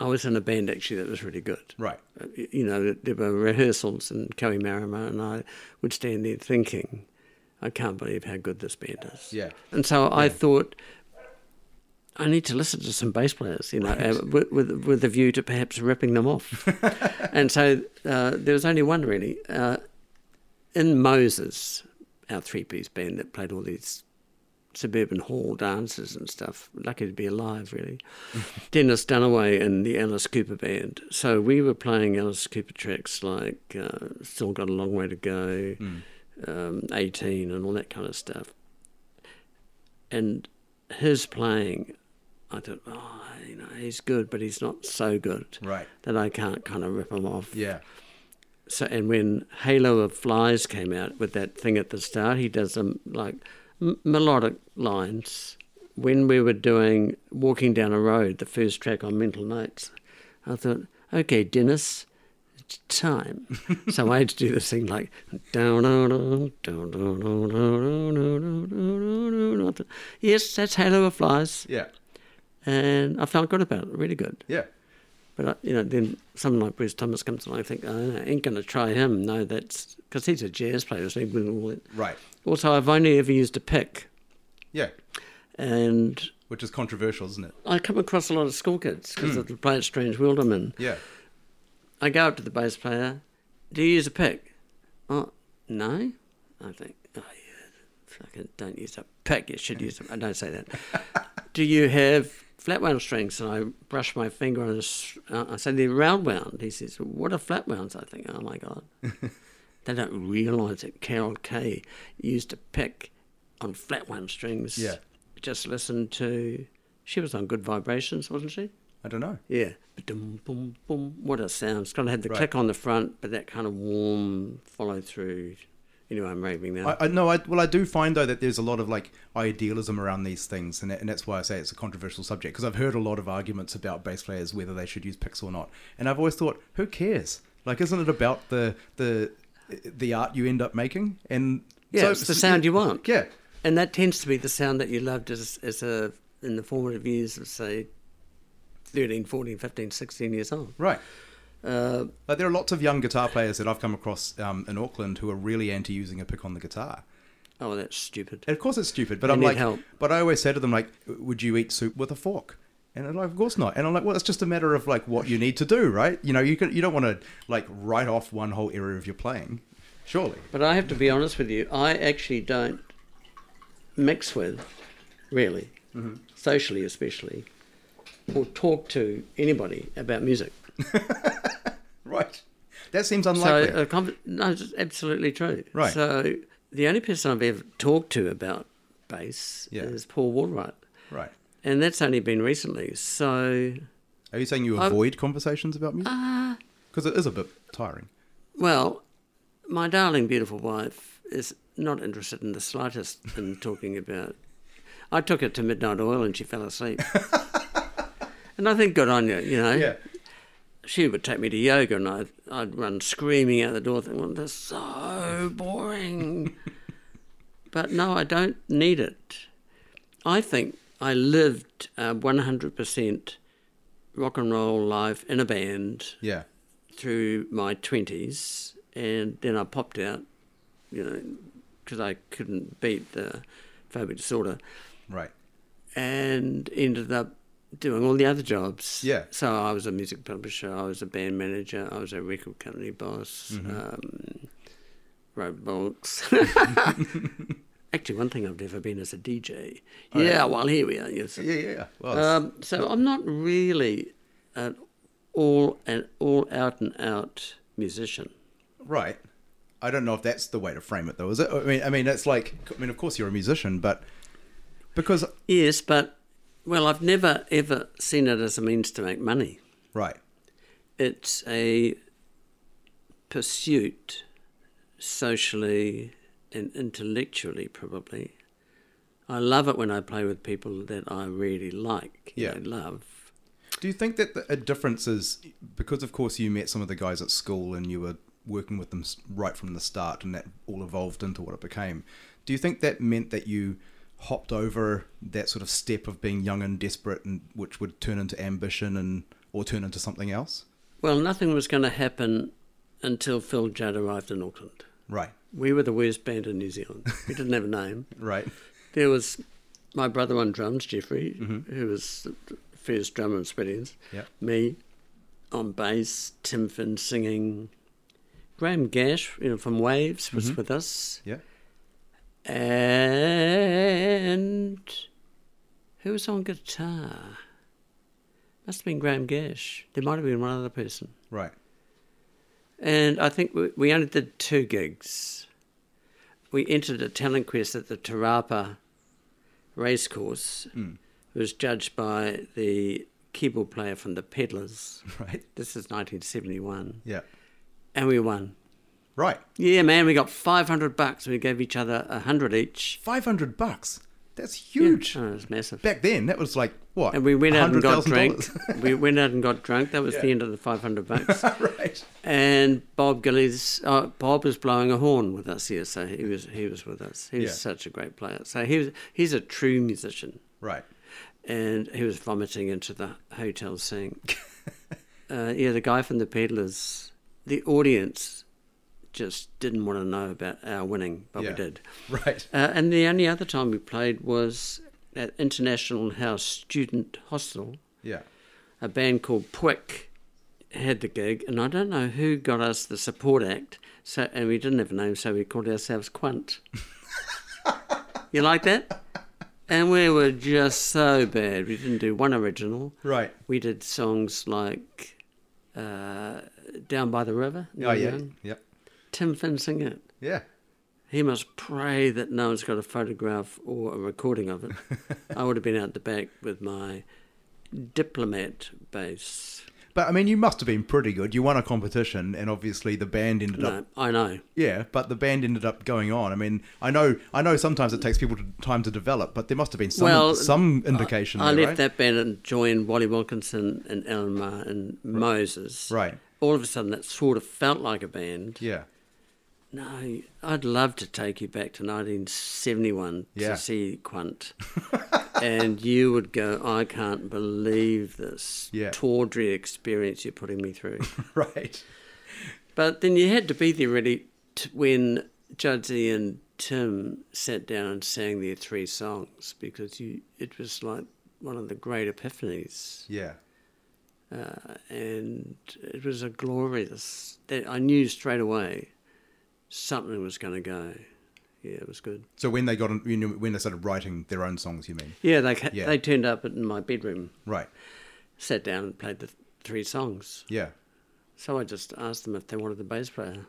Speaker 3: I was in a band actually that was really good
Speaker 2: right.
Speaker 3: you know, there were rehearsals in Marima, and I would stand there thinking, I can't believe how good this band is.
Speaker 2: Yeah.
Speaker 3: And so I thought, I need to listen to some bass players, you know, uh, with, with with a view to perhaps ripping them off. and so uh, there was only one really uh, in Moses, our three-piece band that played all these suburban hall dances and stuff. Lucky to be alive, really. Dennis Dunaway and the Alice Cooper band. So we were playing Alice Cooper tracks like uh, Still Got a Long Way to Go, um, 18, and all that kind of stuff. And his playing, I thought, oh, you know, he's good, but he's not so good
Speaker 2: Right.
Speaker 3: that I can't kind of rip him off.
Speaker 2: Yeah,
Speaker 3: So and when Halo of Flies came out with that thing at the start, he does some like m- melodic lines. When we were doing Walking Down a Road, the first track on Mental Notes, I thought, okay, Dennis, it's time. so I had to do this thing like, I thought, yes, that's Halo of Flies,
Speaker 2: yeah,
Speaker 3: and I felt good about it, really good.
Speaker 2: yeah.
Speaker 3: But uh, you know, then someone like Bruce Thomas comes along, I think, oh, I ain't going to try him. No, that's because he's a jazz player. So he will all that.
Speaker 2: Right.
Speaker 3: Also, I've only ever used a pick,
Speaker 2: Yeah,
Speaker 3: and
Speaker 2: which is controversial, isn't it?
Speaker 3: I come across a lot of school kids because they play at Strange Wilderman.
Speaker 2: Yeah,
Speaker 3: I go up to the bass player, do you use a pick? Oh, no. I think, oh, yeah, fucking don't use a pick. You should use a I don't say that. do you have flat wound strings? And I brush my finger on his, uh, I say, they're round wound. He says, what are flat wounds? I think, oh my God. they don't realise that Carol Kay used a pick on flat wound strings.
Speaker 2: Yeah.
Speaker 3: Just listen to, she was on Good Vibrations, wasn't she?
Speaker 2: I don't know.
Speaker 3: Yeah. Boom, boom, boom. What a sound. It's kind of had the
Speaker 2: Right.
Speaker 3: click on the front, but that kind of warm follow through. Anyway, I'm raving now.
Speaker 2: I, I no, I well, I do find though that there's a lot of like idealism around these things, and, that- and that's why I say it's a controversial subject because I've heard a lot of arguments about bass players whether they should use picks or not, and I've always thought, who cares? Like, isn't it about the the the art you end up making? And
Speaker 3: yeah, it's the sound you want.
Speaker 2: Yeah,
Speaker 3: And that tends to be the sound that you loved as, as a in the formative years of, say, 13, 14, 15, 16 years old.
Speaker 2: Right.
Speaker 3: Uh,
Speaker 2: Like there are lots of young guitar players that I've come across um, in Auckland who are really anti using a pick on the guitar.
Speaker 3: oh, that's stupid.
Speaker 2: And of course it's stupid, but
Speaker 3: They
Speaker 2: I'm
Speaker 3: need
Speaker 2: like,
Speaker 3: help.
Speaker 2: but I always say to them like, would you eat soup with a fork? And they're like, of course not. And I'm like, well, it's just a matter of like what you need to do, right? You know, you can you don't want to like write off one whole area of your playing, surely.
Speaker 3: But I have to be honest with you, I actually don't mix with, really,
Speaker 2: Mm-hmm.
Speaker 3: socially especially, or talk to anybody about music.
Speaker 2: Right. That seems unlikely.
Speaker 3: So, uh, a con- no, it's absolutely true.
Speaker 2: Right.
Speaker 3: So, the only person I've ever talked to about bass
Speaker 2: Yeah.
Speaker 3: is Paul Waterwright,
Speaker 2: right.
Speaker 3: and that's only been recently. So,
Speaker 2: Are you saying you avoid conversations about music?
Speaker 3: Uh.
Speaker 2: Because it is a bit tiring.
Speaker 3: well, my darling, beautiful wife is not interested in the slightest in talking about. I took her to Midnight Oil and she fell asleep. and I think good on you, you know. She would take me to yoga and I'd, I'd run screaming out the door, thinking, well, this is so boring. but no, I don't need it. I think I lived uh, 100% rock and roll life in a band
Speaker 2: Yeah.
Speaker 3: through my 20s and then I popped out, you know, because I couldn't beat the phobic disorder
Speaker 2: Right.
Speaker 3: and ended up doing all the other jobs.
Speaker 2: Yeah.
Speaker 3: So I was a music publisher, I was a band manager, I was a record company boss,
Speaker 2: Mm-hmm.
Speaker 3: um, wrote books. Actually, one thing I've never been is a DJ. yeah, well, here we are. Yes.
Speaker 2: Oh, Yeah, yeah, yeah. Well, it's-
Speaker 3: Um, so I'm not really an all an all out and out musician.
Speaker 2: Right. I don't know if that's the way to frame it, though, is it? I mean, I mean, that's like, I mean, of course you're a musician, but because,
Speaker 3: Yes, but well, I've never ever seen it as a means to make money.
Speaker 2: right,
Speaker 3: It's a pursuit, socially and intellectually, probably. I love it when I play with people that I really like. you
Speaker 2: Yeah.
Speaker 3: know, love.
Speaker 2: do you think that the, a difference is because, of course, you met some of the guys at school and you were working with them s- right from the start, and that all evolved into what it became. Do you think that meant that you hopped over that sort of step of being young and desperate, and which would turn into ambition and or turn into something else?
Speaker 3: Well, nothing was going to happen until Phil Judd arrived in Auckland.
Speaker 2: Right.
Speaker 3: We were the worst band in New Zealand. We didn't have a name.
Speaker 2: Right.
Speaker 3: There was my brother on drums, Jeffrey, who was the first drummer in Spreadings.
Speaker 2: Yeah.
Speaker 3: Me on bass, Tim Finn singing. Graham Gash, you know, from Waves, was with us.
Speaker 2: Yeah.
Speaker 3: And who was on guitar? Must have been Graham Gash. There might have been one other person.
Speaker 2: Right.
Speaker 3: And I think we, we only did two gigs. We entered a talent quest at the Tarapa racecourse.
Speaker 2: Mm.
Speaker 3: It was judged by the keyboard player from the Peddlers.
Speaker 2: Right.
Speaker 3: This is 1971.
Speaker 2: Yeah.
Speaker 3: And we won.
Speaker 2: Right.
Speaker 3: Yeah, man, we got 500 bucks. We gave each other 100 each.
Speaker 2: Five hundred bucks. That's huge.
Speaker 3: Yeah, oh, it was massive.
Speaker 2: back then that was like what
Speaker 3: and we went out and got
Speaker 2: $100,000?
Speaker 3: drunk. we went out and got drunk. That was the
Speaker 2: Yeah.
Speaker 3: end of the 500 bucks.
Speaker 2: right
Speaker 3: and Bob Gillies, uh, Bob was blowing a horn with us here, so he was he was with us. He was
Speaker 2: Yeah.
Speaker 3: such a great player. So he was he's a true musician,
Speaker 2: right
Speaker 3: and he was vomiting into the hotel sink. uh, yeah, the guy from the Peddlers, the audience just didn't want to know about our winning, but
Speaker 2: yeah.
Speaker 3: we did.
Speaker 2: right
Speaker 3: Uh, and the only other time we played was at International House Student Hostel
Speaker 2: yeah
Speaker 3: a band called Pwick had the gig, and I don't know who got us the support act. So, and we didn't have a name, so we called ourselves Quant. you like that? And we were just so bad. We didn't do one original.
Speaker 2: right
Speaker 3: We did songs like uh, "Down by the River."
Speaker 2: oh yeah
Speaker 3: Neil Young.
Speaker 2: yep
Speaker 3: Tim Finn sing it.
Speaker 2: yeah
Speaker 3: He must pray that no one's got a photograph or a recording of it. I would have been out the back with my diplomat bass.
Speaker 2: but i mean you must have been pretty good you won a competition and obviously the band ended up
Speaker 3: No, I know.
Speaker 2: yeah but the band ended up going on i mean i know i know sometimes it takes people to, time to develop but there must have been some
Speaker 3: Well,
Speaker 2: some indication
Speaker 3: I
Speaker 2: there,
Speaker 3: left
Speaker 2: right?
Speaker 3: that band and joined Wally Wilkinson and Alan Maher and Moses.
Speaker 2: Right.
Speaker 3: All of a sudden, that sort of felt like a band.
Speaker 2: yeah
Speaker 3: No, I'd love to take you back to 1971
Speaker 2: Yeah.
Speaker 3: to see Quant. and you would go, I can't believe this
Speaker 2: Yeah.
Speaker 3: tawdry experience you're putting me through.
Speaker 2: right.
Speaker 3: but then you had to be there ready t- when Judsy and Tim sat down and sang their three songs because you it was like one of the great epiphanies.
Speaker 2: Yeah.
Speaker 3: Uh, and it was a glorious that I knew straight away something was going to go. Yeah, it was good.
Speaker 2: So when they got on, you know, when they started writing their own songs, you mean?
Speaker 3: Yeah, they ca-
Speaker 2: Yeah.
Speaker 3: they turned up in my bedroom,
Speaker 2: Right.
Speaker 3: sat down and played the th- three songs.
Speaker 2: Yeah.
Speaker 3: So I just asked them if they wanted the bass player.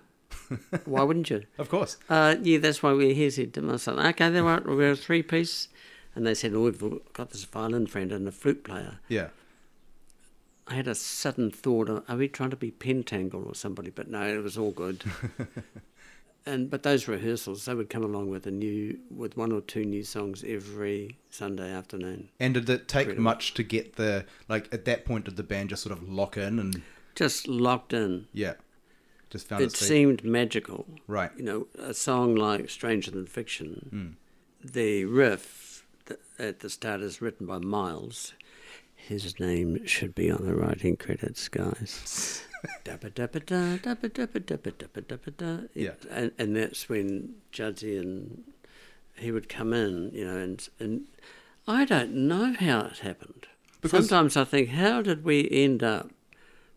Speaker 3: Why wouldn't you?
Speaker 2: Of course.
Speaker 3: Uh, yeah, that's why we're here, said Tim. I said, okay, then right, we'll go three piece. And they said, oh, we've got this violin friend and a flute player.
Speaker 2: Yeah.
Speaker 3: I had a sudden thought, are we trying to be Pentangle or somebody? But no, it was all good. and But those rehearsals, they would come along with a new, with one or two new songs every Sunday afternoon.
Speaker 2: And did it take
Speaker 3: Pretty
Speaker 2: much to get the like at that point? Did the band just sort of lock in and
Speaker 3: Just locked in.
Speaker 2: yeah, just found
Speaker 3: It
Speaker 2: its feet?
Speaker 3: seemed magical.
Speaker 2: Right.
Speaker 3: You know, a song like Stranger Than Fiction,
Speaker 2: Hmm.
Speaker 3: the riff th- at the start is written by Miles. His name should be on the writing credits, guys. Dabba dabba da, dabba dabba dabba dabba dabba da.
Speaker 2: Yeah.
Speaker 3: And, and that's when Judsy and he would come in, you know, and, and I don't know how it happened.
Speaker 2: Because-
Speaker 3: Sometimes I think, how did we end up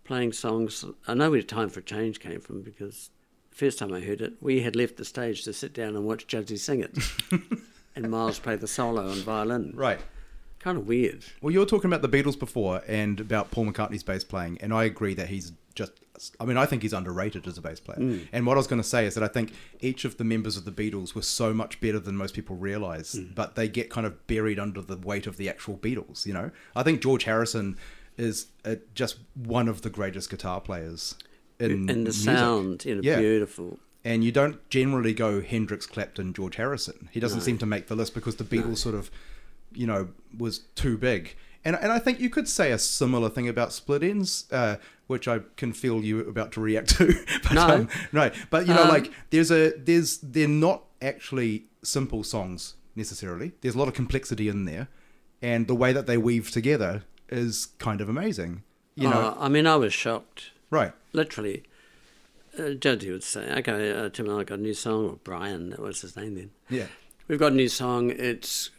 Speaker 3: playing songs. I know where Time for Change came from because the first time I heard it, we had left the stage to sit down and watch Judgy sing it. and Miles play the solo on violin.
Speaker 2: Right.
Speaker 3: Kind of weird.
Speaker 2: Well, you were talking about the Beatles before and about Paul McCartney's bass playing, and I agree that he's just. I mean, I think he's underrated as a bass player.
Speaker 3: Mm.
Speaker 2: And what I was going to say is that I think each of the members of the Beatles were so much better than most people realize,
Speaker 3: Mm.
Speaker 2: but they get kind of buried under the weight of the actual Beatles, you know? I think George Harrison is uh, just one of the greatest guitar players in
Speaker 3: And the
Speaker 2: music.
Speaker 3: sound, you know,
Speaker 2: Yeah.
Speaker 3: beautiful.
Speaker 2: and you don't generally go Hendrix, Clapton, George Harrison. He doesn't seem to make the list because the Beatles sort of, you know, was too big. And and I think you could say a similar thing about Split Ends, uh, which I can feel you about to react to. but,
Speaker 3: No.
Speaker 2: um, no, but you know,
Speaker 3: Um,
Speaker 2: like there's a there's they're not actually simple songs necessarily. There's a lot of complexity in there, and the way that they weave together is kind of amazing. You know,
Speaker 3: Oh, I mean, I was shocked.
Speaker 2: right?
Speaker 3: Literally, uh, Judgy would say, okay, uh, Tim, I got a new song, or Brian, that was his name then.
Speaker 2: Yeah,
Speaker 3: We've got a new song. It's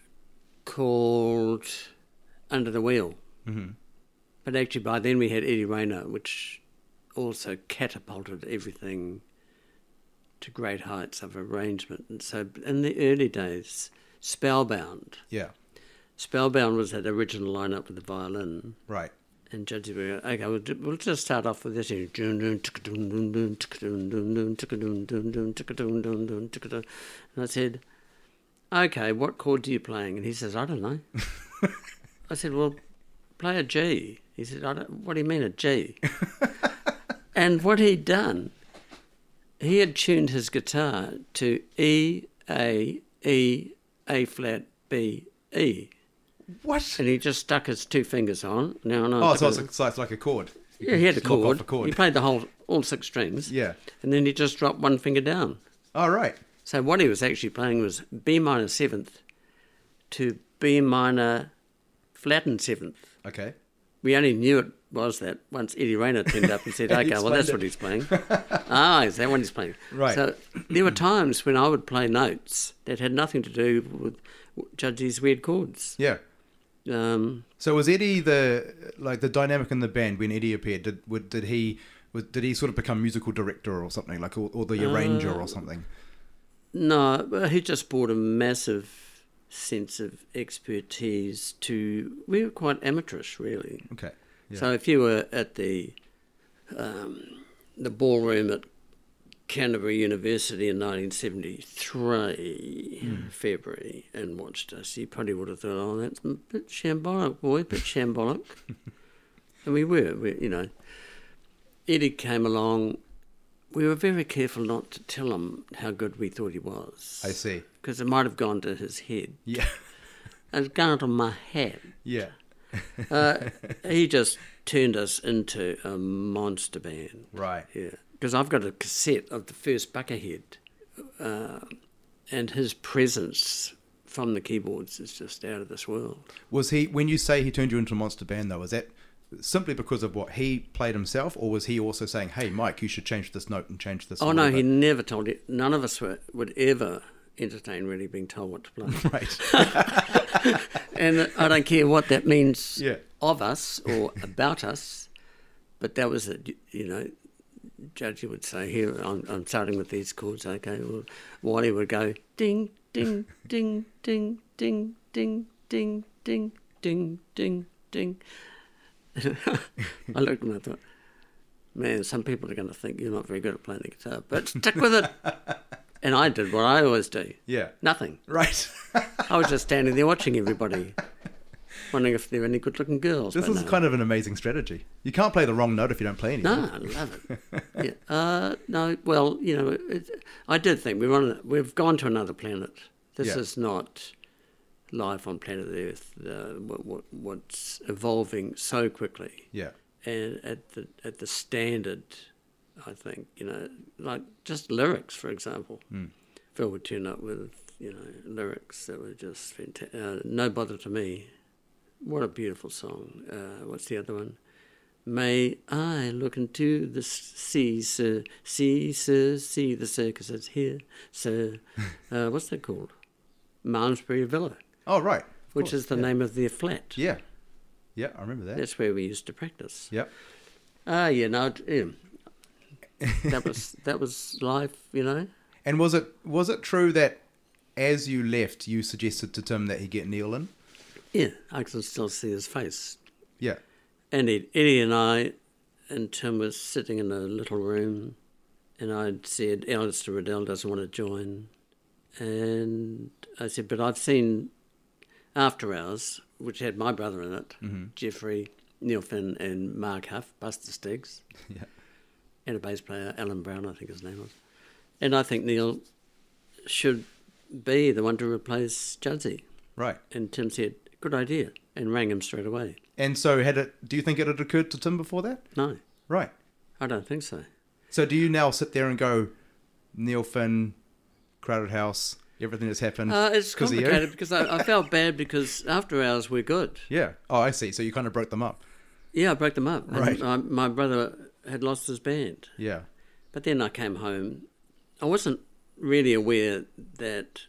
Speaker 3: called Under the Wheel. Mm-hmm. But actually, by then we had Eddie Rayner, which also catapulted everything to great heights of arrangement. And so in the early days, Spellbound.
Speaker 2: yeah,
Speaker 3: Spellbound was that original lineup with the violin.
Speaker 2: right.
Speaker 3: And Judgy would go, okay, we'll, ju- we'll just start off with this. you know, dun- dun- ticka- dun- dun- dun, ticka- dun- dun- dun, ticka- dun- dun- dun, ticka- dun- dun- dun, ticka- dun. And I said, okay, what chord are you playing? And he says, I don't know. I said, well, play a G. He said, I don't, what do you mean a G? and what he'd done, he had tuned his guitar to E, A, E, A flat, B, E.
Speaker 2: What?
Speaker 3: And he just stuck his two fingers on. No, no.
Speaker 2: Oh, so it's, like- so it's like a chord. You
Speaker 3: Yeah,
Speaker 2: can
Speaker 3: he had a
Speaker 2: lock
Speaker 3: chord.
Speaker 2: Off a chord.
Speaker 3: He played the whole all six strings.
Speaker 2: Yeah.
Speaker 3: And then he just dropped one finger down.
Speaker 2: All Oh, right.
Speaker 3: So what he was actually playing was B minor seventh to B minor flattened seventh.
Speaker 2: Okay.
Speaker 3: We only knew it was that once Eddie Rayner turned up and said,
Speaker 2: And he
Speaker 3: "Okay, well that's what
Speaker 2: explained
Speaker 3: he's playing." ah, is that what he's playing?
Speaker 2: Right.
Speaker 3: So there were times when I would play notes that had nothing to do with Judge's weird chords.
Speaker 2: Yeah.
Speaker 3: Um,
Speaker 2: So was Eddie the like the dynamic in the band when Eddie appeared? Did would, did he would, did he sort of become musical director or something like or, or the
Speaker 3: Uh,
Speaker 2: arranger or something?
Speaker 3: No, but he just brought a massive sense of expertise to. We were quite amateurish, really.
Speaker 2: Okay. Yeah.
Speaker 3: So if you were at the um, the ballroom at Canterbury University in 1973
Speaker 2: Hmm.
Speaker 3: February and watched us, you probably would have thought, "Oh, that's a bit shambolic, boy, bit shambolic." and we were, we, you know. Eddie came along. We were very careful not to tell him how good we thought he was.
Speaker 2: I see.
Speaker 3: Because it might have gone to his head.
Speaker 2: Yeah.
Speaker 3: And it's gone to my head.
Speaker 2: Yeah.
Speaker 3: Uh, he just turned us into a monster band.
Speaker 2: Right.
Speaker 3: Yeah. Because I've got a cassette of the first Buckerhead. Uh, and his presence from the keyboards is just out of this world.
Speaker 2: Was he when you say he turned you into a monster band though? Is that simply because of what he played himself, or was he also saying, "Hey, Mike, you should change this note and change this"?
Speaker 3: Oh
Speaker 2: and
Speaker 3: no,
Speaker 2: whatever?
Speaker 3: he never told you. None of us were, would ever entertain really being told what to play.
Speaker 2: right.
Speaker 3: and I don't care what that means
Speaker 2: Yeah.
Speaker 3: of us or about us, but that was it. You know, Judge would say, "Here, I'm, I'm starting with these chords." Okay, well, Wally would go ding, ding, ding, ding, ding, ding, ding, ding, ding, ding, ding. I looked at him and I thought, "Man, some people are going to think you're not very good at playing the guitar, but stick with it." And I did what I always do.
Speaker 2: Yeah.
Speaker 3: Nothing.
Speaker 2: Right.
Speaker 3: I was just standing there watching everybody, wondering if there were any good-looking girls.
Speaker 2: this
Speaker 3: but
Speaker 2: is
Speaker 3: no.
Speaker 2: kind of an amazing strategy. You can't play the wrong note if you don't play anything.
Speaker 3: No, I love it. Yeah. Uh, no, well, you know, it, I did think we're on. a- We've gone to another planet. This
Speaker 2: Yeah.
Speaker 3: is not life on planet Earth. Uh, what, what, what's evolving so quickly,
Speaker 2: Yeah.
Speaker 3: and at the at the standard, I think you know, like just lyrics, for example.
Speaker 2: Hmm.
Speaker 3: Phil would tune up with you know lyrics that were just fantastic. Uh, no bother to me. What a beautiful song. Uh, what's the other one? May I look into the s- sea, sir? See, sir, see the circus is here, sir. Uh, what's that called? Malmesbury Villa,
Speaker 2: Oh right. Of
Speaker 3: which
Speaker 2: course.
Speaker 3: is the
Speaker 2: yeah.
Speaker 3: name of their flat.
Speaker 2: Yeah. Yeah, I remember that.
Speaker 3: That's where we used to practice.
Speaker 2: Yep.
Speaker 3: Ah, you know, it- yeah. that was that was life, you know.
Speaker 2: And was it was it true that as you left, you suggested to Tim that he get Neil in?
Speaker 3: Yeah, I can still see his face.
Speaker 2: Yeah.
Speaker 3: And Ed- Eddie and I and Tim was sitting in a little room, and I'd said, Alistair Riddell doesn't want to join. And I said, but I've seen After Hours, which had my brother in it, Jeffrey, Neil Finn, and Mark Huff, Buster Stiggs,
Speaker 2: Yeah.
Speaker 3: and a bass player, Alan Brown, I think his name was. And I think Neil should be the one to replace Judsey.
Speaker 2: Right.
Speaker 3: And Tim said, good idea, and rang him straight away.
Speaker 2: And so had it do you think it had occurred to Tim before that?
Speaker 3: No,
Speaker 2: Right.
Speaker 3: I don't think so.
Speaker 2: So do you now sit there and go Neil Finn, crowded house, everything that's happened?
Speaker 3: Uh, it's
Speaker 2: 'cause of you?
Speaker 3: complicated because I, I felt bad because after hours we're good.
Speaker 2: Yeah. Oh, I see. So you kind of broke them up.
Speaker 3: Yeah, I broke them up. And
Speaker 2: Right.
Speaker 3: I, my brother had lost his band,
Speaker 2: Yeah.
Speaker 3: but then I came home. I wasn't really aware that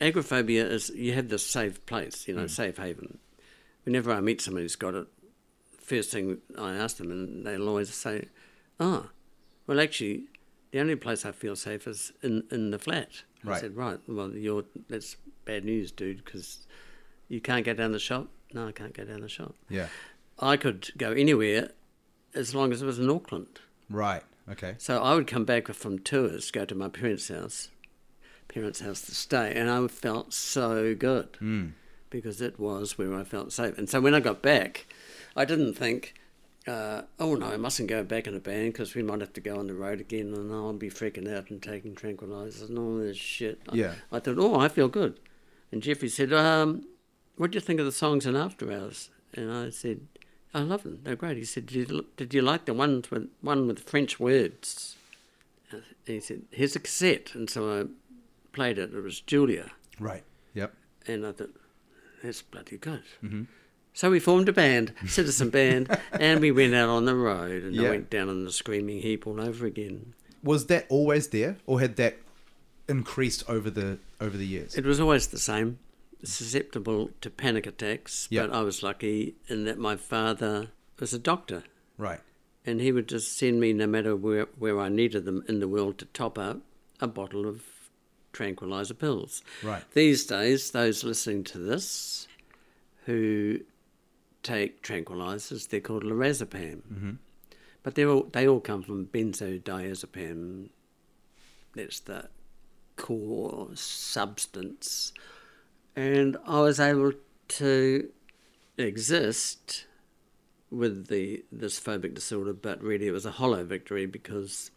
Speaker 3: agoraphobia is you have this safe place, you know,
Speaker 2: Mm.
Speaker 3: safe haven. Whenever I meet somebody who's got it, first thing I ask them, and they'll always say, "Ah, well, actually, the only place I feel safe is in, in the flat."
Speaker 2: Right.
Speaker 3: I said, "Right, well, you're that's bad news, dude, because you can't go down the shop." No, I can't go down the shop.
Speaker 2: Yeah.
Speaker 3: I could go anywhere as long as it was in Auckland.
Speaker 2: Right. Okay.
Speaker 3: So I would come back from tours, go to my parents' house, parents' house to stay, and I felt so good because it was where I felt safe. And so when I got back, I didn't think, uh, oh no, I mustn't go back in a band because we might have to go on the road again and I'll be freaking out and taking tranquilizers and all this shit. I-
Speaker 2: Yeah.
Speaker 3: I, thought, oh, I feel good. And Jeffrey said, um, what do you think of the songs in After Hours? And I said, I love them. They're great. He said, did you, did you like the ones with, one with French words? And he said, here's a cassette. And so I played it. It was Julia.
Speaker 2: Right. Yep.
Speaker 3: And I thought, that's bloody good. Mm-hmm. So we formed a band, citizen band, and we went out on the road and
Speaker 2: Yeah.
Speaker 3: I went down in the screaming heap all over again.
Speaker 2: Was that always there, or had that increased over the over the years?
Speaker 3: It was always the same, susceptible to panic attacks.
Speaker 2: Yeah.
Speaker 3: But I was lucky in that my father was a doctor
Speaker 2: right.
Speaker 3: and he would just send me, no matter where, where I needed them in the world, to top up a bottle of tranquilizer pills.
Speaker 2: Right.
Speaker 3: These days, those listening to this who take tranquilizers, they're called lorazepam. Mm-hmm. But they all, they all come from benzodiazepam. That's the core substance. And I was able to exist with the this phobic disorder, but really it was a hollow victory because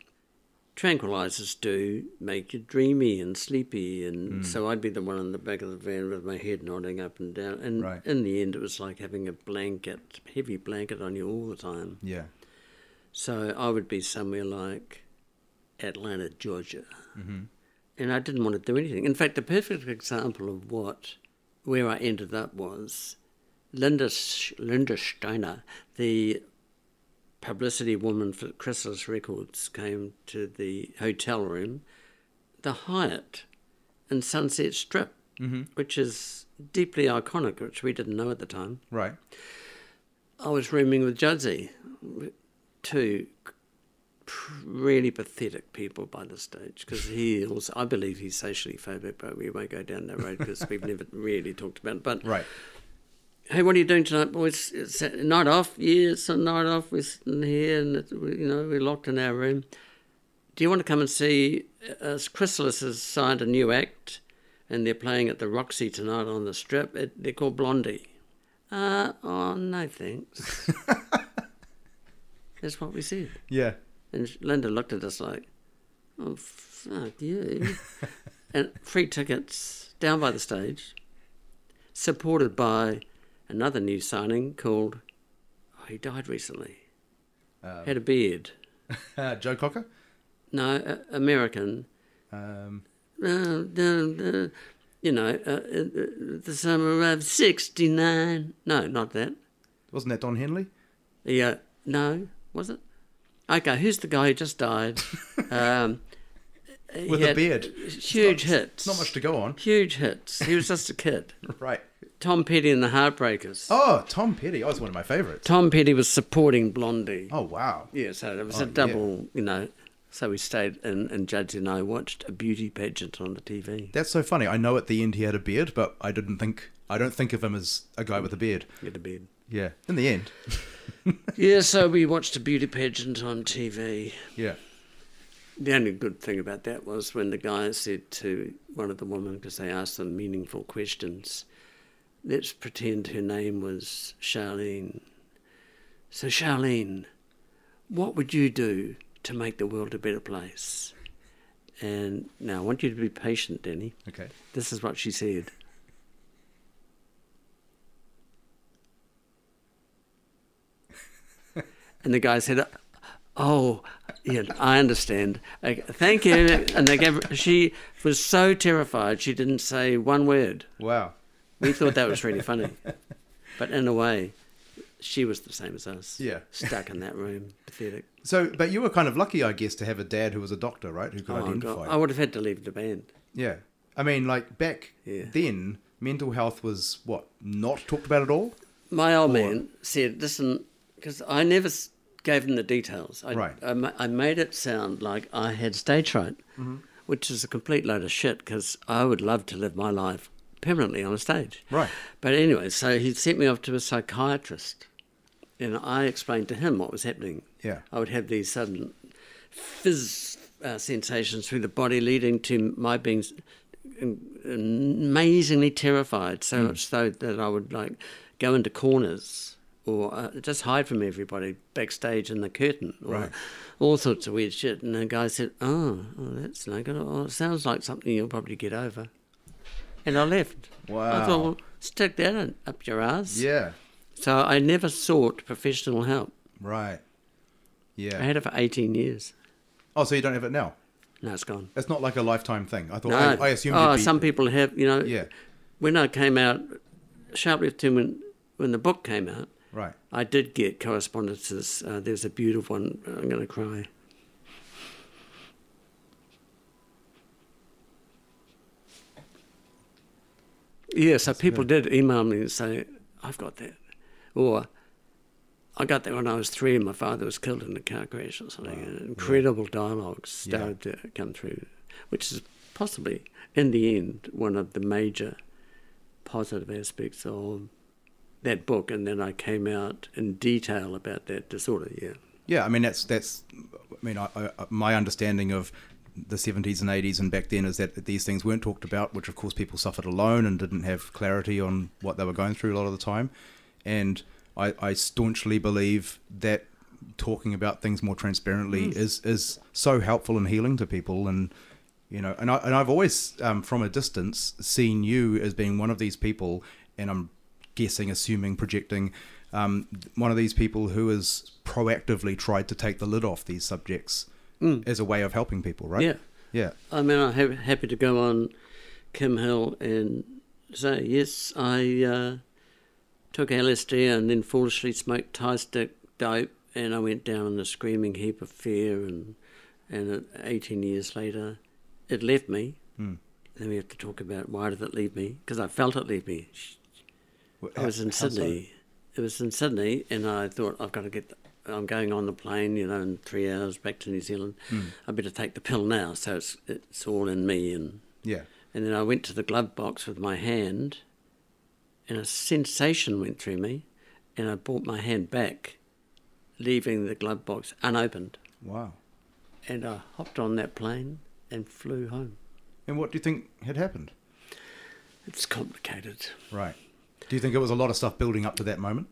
Speaker 3: tranquilizers do make you dreamy and sleepy, and so I'd be the one in the back of the van with my head nodding up and down, and
Speaker 2: Right.
Speaker 3: in the end it was like having a blanket, heavy blanket on you all the time.
Speaker 2: Yeah.
Speaker 3: So I would be somewhere like Atlanta, Georgia. And I didn't want to do anything. In fact, a perfect example of what where I ended up was Linda, Sch- Linda Steiner, the publicity woman for Chrysalis Records, came to the hotel room, the Hyatt in Sunset Strip, which is deeply iconic, which we didn't know at the time.
Speaker 2: Right.
Speaker 3: I was rooming with Judsey, two really pathetic people by the stage because he also, I believe he's socially phobic, but we won't go down that road because we've never really talked about it. But
Speaker 2: Right.
Speaker 3: hey, what are you doing tonight, boys? It's a night off. Yeah, it's a night off. We're sitting here and, it, we- you know, we're locked in our room. Do you want to come and see uh, Chrysalis has signed a new act and they're playing at the Roxy tonight on the strip. It, they're called Blondie. Uh, oh, no thanks. That's what we said.
Speaker 2: Yeah.
Speaker 3: And sh- Linda looked at us like, oh, fuck you. and free tickets down by the stage, supported by another new signing called, oh, he died recently, had a beard.
Speaker 2: Uh, Joe Cocker.
Speaker 3: No, a- American.
Speaker 2: Um,
Speaker 3: No, no, no. You know, uh, uh, the summer of 69. No, not that.
Speaker 2: wasn't that Don Henley?
Speaker 3: Yeah, uh, no, was it? Okay, who's the guy who just died? Um, he
Speaker 2: With a
Speaker 3: had
Speaker 2: beard.
Speaker 3: Huge hits.
Speaker 2: Not much to go on.
Speaker 3: Huge hits. He was just a kid.
Speaker 2: Right.
Speaker 3: Tom Petty and the Heartbreakers.
Speaker 2: Oh, Tom Petty. Oh, it's one of my favorites.
Speaker 3: Tom Petty was supporting Blondie.
Speaker 2: Oh, wow.
Speaker 3: Yeah, so it was
Speaker 2: Oh,
Speaker 3: a
Speaker 2: yeah.
Speaker 3: double, you know. So we stayed in, and Judge and I watched a beauty pageant on the TV.
Speaker 2: That's so funny. I know at the end he had a beard, but I didn't think I don't think of him as a guy with a beard.
Speaker 3: Get to bed.
Speaker 2: Yeah. In the end.
Speaker 3: Yeah, so we watched a beauty pageant on TV.
Speaker 2: Yeah.
Speaker 3: The only good thing about that was when the guy said to one of the women, because they asked them meaningful questions, let's pretend her name was Charlene. So, Charlene, what would you do to make the world a better place? And now I want you to be patient, Danny.
Speaker 2: Okay.
Speaker 3: This is what she said. and the guy said, "Oh, yeah, I understand. Okay, thank you." And they gave. She was so terrified she didn't say one word.
Speaker 2: Wow.
Speaker 3: We thought that was really funny, but in a way, she was the same as us.
Speaker 2: Yeah.
Speaker 3: stuck in that room, pathetic.
Speaker 2: So, but you were kind of lucky, I guess, to have a dad who was a doctor, right? Who could
Speaker 3: Oh,
Speaker 2: identify.
Speaker 3: God. I would have had to leave the band.
Speaker 2: Yeah. I mean, like back
Speaker 3: Yeah.
Speaker 2: then, mental health was what not talked about at all.
Speaker 3: my old man said, "Listen, because I never s- gave him the details. I,
Speaker 2: Right.
Speaker 3: I, ma- I made it sound like I had stage fright,
Speaker 2: Mm-hmm.
Speaker 3: which is a complete load of shit. Because I would love to live my life permanently on a stage.
Speaker 2: Right.
Speaker 3: But anyway, so he sent me off to a psychiatrist, and I explained to him what was happening.
Speaker 2: Yeah.
Speaker 3: I would have these sudden fizz uh, sensations through the body, leading to my being s- amazingly terrified,
Speaker 2: Hmm.
Speaker 3: so much so that I would like go into corners or uh, just hide from everybody backstage in the curtain or
Speaker 2: Right.
Speaker 3: all sorts of weird shit. And the guy said, "Oh, oh that's no good. Oh, it sounds like something you'll probably get over." And I left. I
Speaker 2: Wow.
Speaker 3: thought, well, stick that in, up your ass.
Speaker 2: Yeah.
Speaker 3: So I never sought professional help.
Speaker 2: Right.
Speaker 3: I
Speaker 2: Yeah.
Speaker 3: had it for 18 years.
Speaker 2: Oh, so you don't have it now?
Speaker 3: Now it's gone.
Speaker 2: It's not like a lifetime thing. I thought.
Speaker 3: No.
Speaker 2: I, I assumed.
Speaker 3: oh,
Speaker 2: it'd be,
Speaker 3: some people have, you know.
Speaker 2: Yeah.
Speaker 3: When I came out, sharply to when when the book came out,
Speaker 2: Right.
Speaker 3: I did get correspondences. Uh, there's a beautiful one. I'm going to cry. Yeah, so people did email me and say, I've got that. Or, I got that when I was three and my father was killed in a car crash or something. And Incredible dialogues
Speaker 2: Yeah.
Speaker 3: started to come through, which is possibly, in the end, one of the major positive aspects of that book, and then I came out in detail about that disorder. Yeah,
Speaker 2: Yeah, I mean that's that's. I mean, I, I, my understanding of the seventies and eighties and back then is that these things weren't talked about, which of course people suffered alone and didn't have clarity on what they were going through a lot of the time. And I, I staunchly believe that talking about things more transparently is is so helpful and healing to people and. You know, and I and I've always, um, from a distance, seen you as being one of these people, and I'm guessing, assuming, projecting, um, one of these people who has proactively tried to take the lid off these subjects
Speaker 3: Mm.
Speaker 2: as a way of helping people, right?
Speaker 3: Yeah.
Speaker 2: Yeah.
Speaker 3: I mean, I'm ha- happy to go on Kim Hill and So yes, I uh, took LSD and then foolishly smoked Thai stick dope, and I went down in a screaming heap of fear. And and uh, 18 years later, it left me. Then we have to talk about why did it leave me? Because I felt it leave me. Sh-
Speaker 2: Well,
Speaker 3: I was in
Speaker 2: how so?
Speaker 3: Sydney. It was in Sydney, and I thought I've got to get. I'm going on the plane, you know, in three hours back to New Zealand. I better take the pill now. So it's it's all in me and.
Speaker 2: Yeah.
Speaker 3: And then I went to the glove box with my hand, and a sensation went through me, and I brought my hand back, leaving the glove box unopened.
Speaker 2: Wow.
Speaker 3: And I hopped on that plane and flew home.
Speaker 2: And what do you think had happened?
Speaker 3: It's complicated.
Speaker 2: Right. Do you think it was a lot of stuff building up to that moment?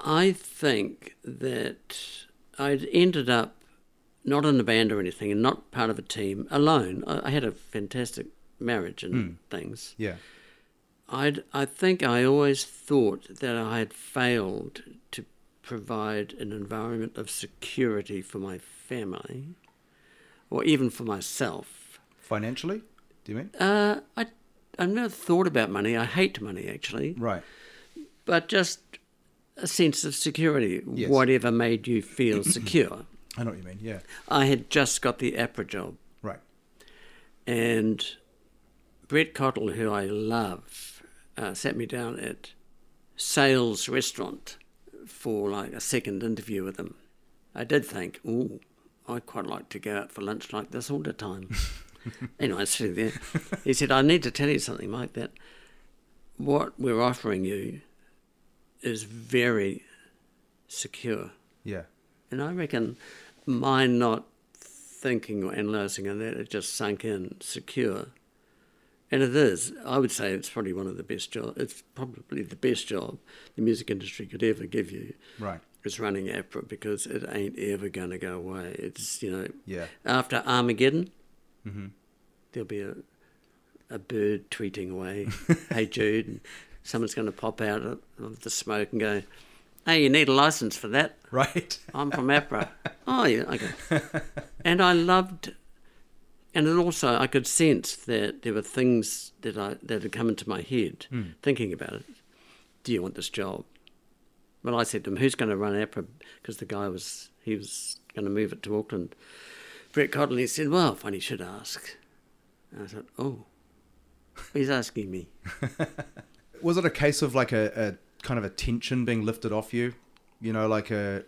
Speaker 3: I think that I'd ended up not in a band or anything and not part of a team alone. I, I had a fantastic marriage and things.
Speaker 2: Yeah.
Speaker 3: I'd, I think I always thought that I had failed to provide an environment of security for my family or even for myself.
Speaker 2: Financially? Do you mean?
Speaker 3: Uh, I, I've never thought about money. I hate money, actually.
Speaker 2: Right.
Speaker 3: But just a sense of security,
Speaker 2: Yes.
Speaker 3: whatever made you feel secure.
Speaker 2: I know what you mean. Yeah.
Speaker 3: I had just got the APRA job,
Speaker 2: Right.
Speaker 3: and Brett Cottle, who I love, uh, sat me down at Sales Restaurant for like a second interview with him. I did think, ooh, I quite like to go out for lunch like this all the time. anyway, sitting there, he said, I need to tell you something, Mike, that what we're offering you is very secure.
Speaker 2: Yeah.
Speaker 3: And I reckon my not thinking or analysing on that, it just sunk in secure. And it is. I would say it's probably one of the best jobs. It's probably the best job the music industry could ever give you.
Speaker 2: Right.
Speaker 3: It's running APRA because it ain't ever going to go away. It's, you know,
Speaker 2: Yeah.
Speaker 3: after Armageddon, there'll be a, a bird tweeting away, hey Jude, and someone's going to pop out of of the smoke and go, hey, you need a license for that.
Speaker 2: Right.
Speaker 3: I'm from APRA. oh, yeah, okay. And I loved, and then also I could sense that there were things that I that had come into my head thinking about it. Do you want this job? Well, I said to him, "Who's going to run APRA?" Because the guy was he was going to move it to Auckland. Brett Cotton. He said, "Well, funny you should ask." And I thought, "Oh, he's asking me."
Speaker 2: Was it a case of like a, a kind of a tension being lifted off you? You know, like a.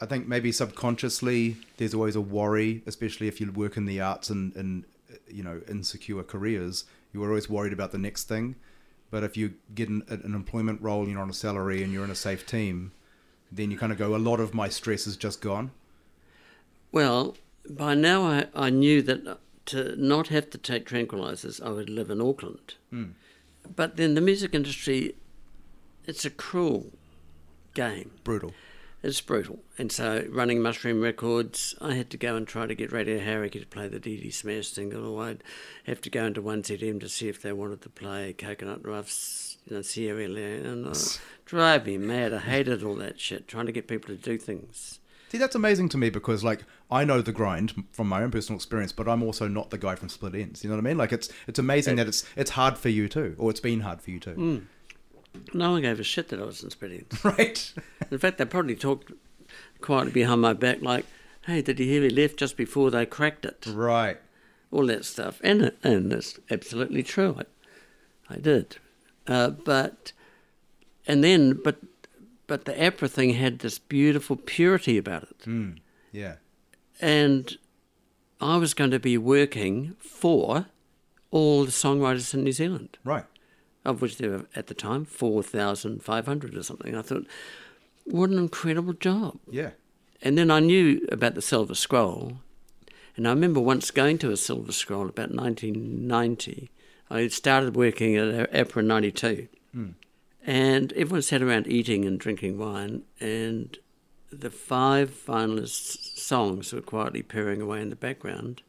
Speaker 2: I think maybe subconsciously there's always a worry, especially if you work in the arts and, and uh, you know insecure careers. You are always worried about the next thing, but if you get an, an employment role, you're on a salary, and you're in a safe team, then you kind of go. A lot of my stress is just gone.
Speaker 3: Well, by now I, I knew that to not have to take tranquilizers, I would live in Auckland. But then the music industry, it's a cruel game.
Speaker 2: Brutal.
Speaker 3: It's brutal. And so running Mushroom Records, I had to go and try to get Radio Harrogate to play the DD Smash single, or I'd have to go into 1ZM to see if they wanted to play Coconut Ruffs, you know, Sierra Leone. Oh, drive me mad. I hated all that shit, trying to get people to do things.
Speaker 2: See, that's amazing to me because, like, I know the grind from my own personal experience, but I'm also not the guy from Split Ends. You know what I mean? Like, it's it's amazing that it's it's hard for you too, or it's been hard for you too,
Speaker 3: Hmm. No one gave a shit that I was in Spreading.
Speaker 2: right?
Speaker 3: In fact, they probably talked quietly behind my back, like, "Hey, did you hear he left just before they cracked it?"
Speaker 2: right.
Speaker 3: All that stuff, and and that's absolutely true. I, I did, uh, but and then, but but the opera thing had this beautiful purity about it,
Speaker 2: Yeah.
Speaker 3: and I was going to be working for all the songwriters in New Zealand
Speaker 2: Right.
Speaker 3: of which there were at the time 4,500 or something. I thought, what an incredible job.
Speaker 2: Yeah.
Speaker 3: And then I knew about the Silver Scroll. And I remember once going to a Silver Scroll about 1990. I had started working at APRA in 92. And everyone sat around eating and drinking wine. And the five finalist songs were quietly purring away in the background.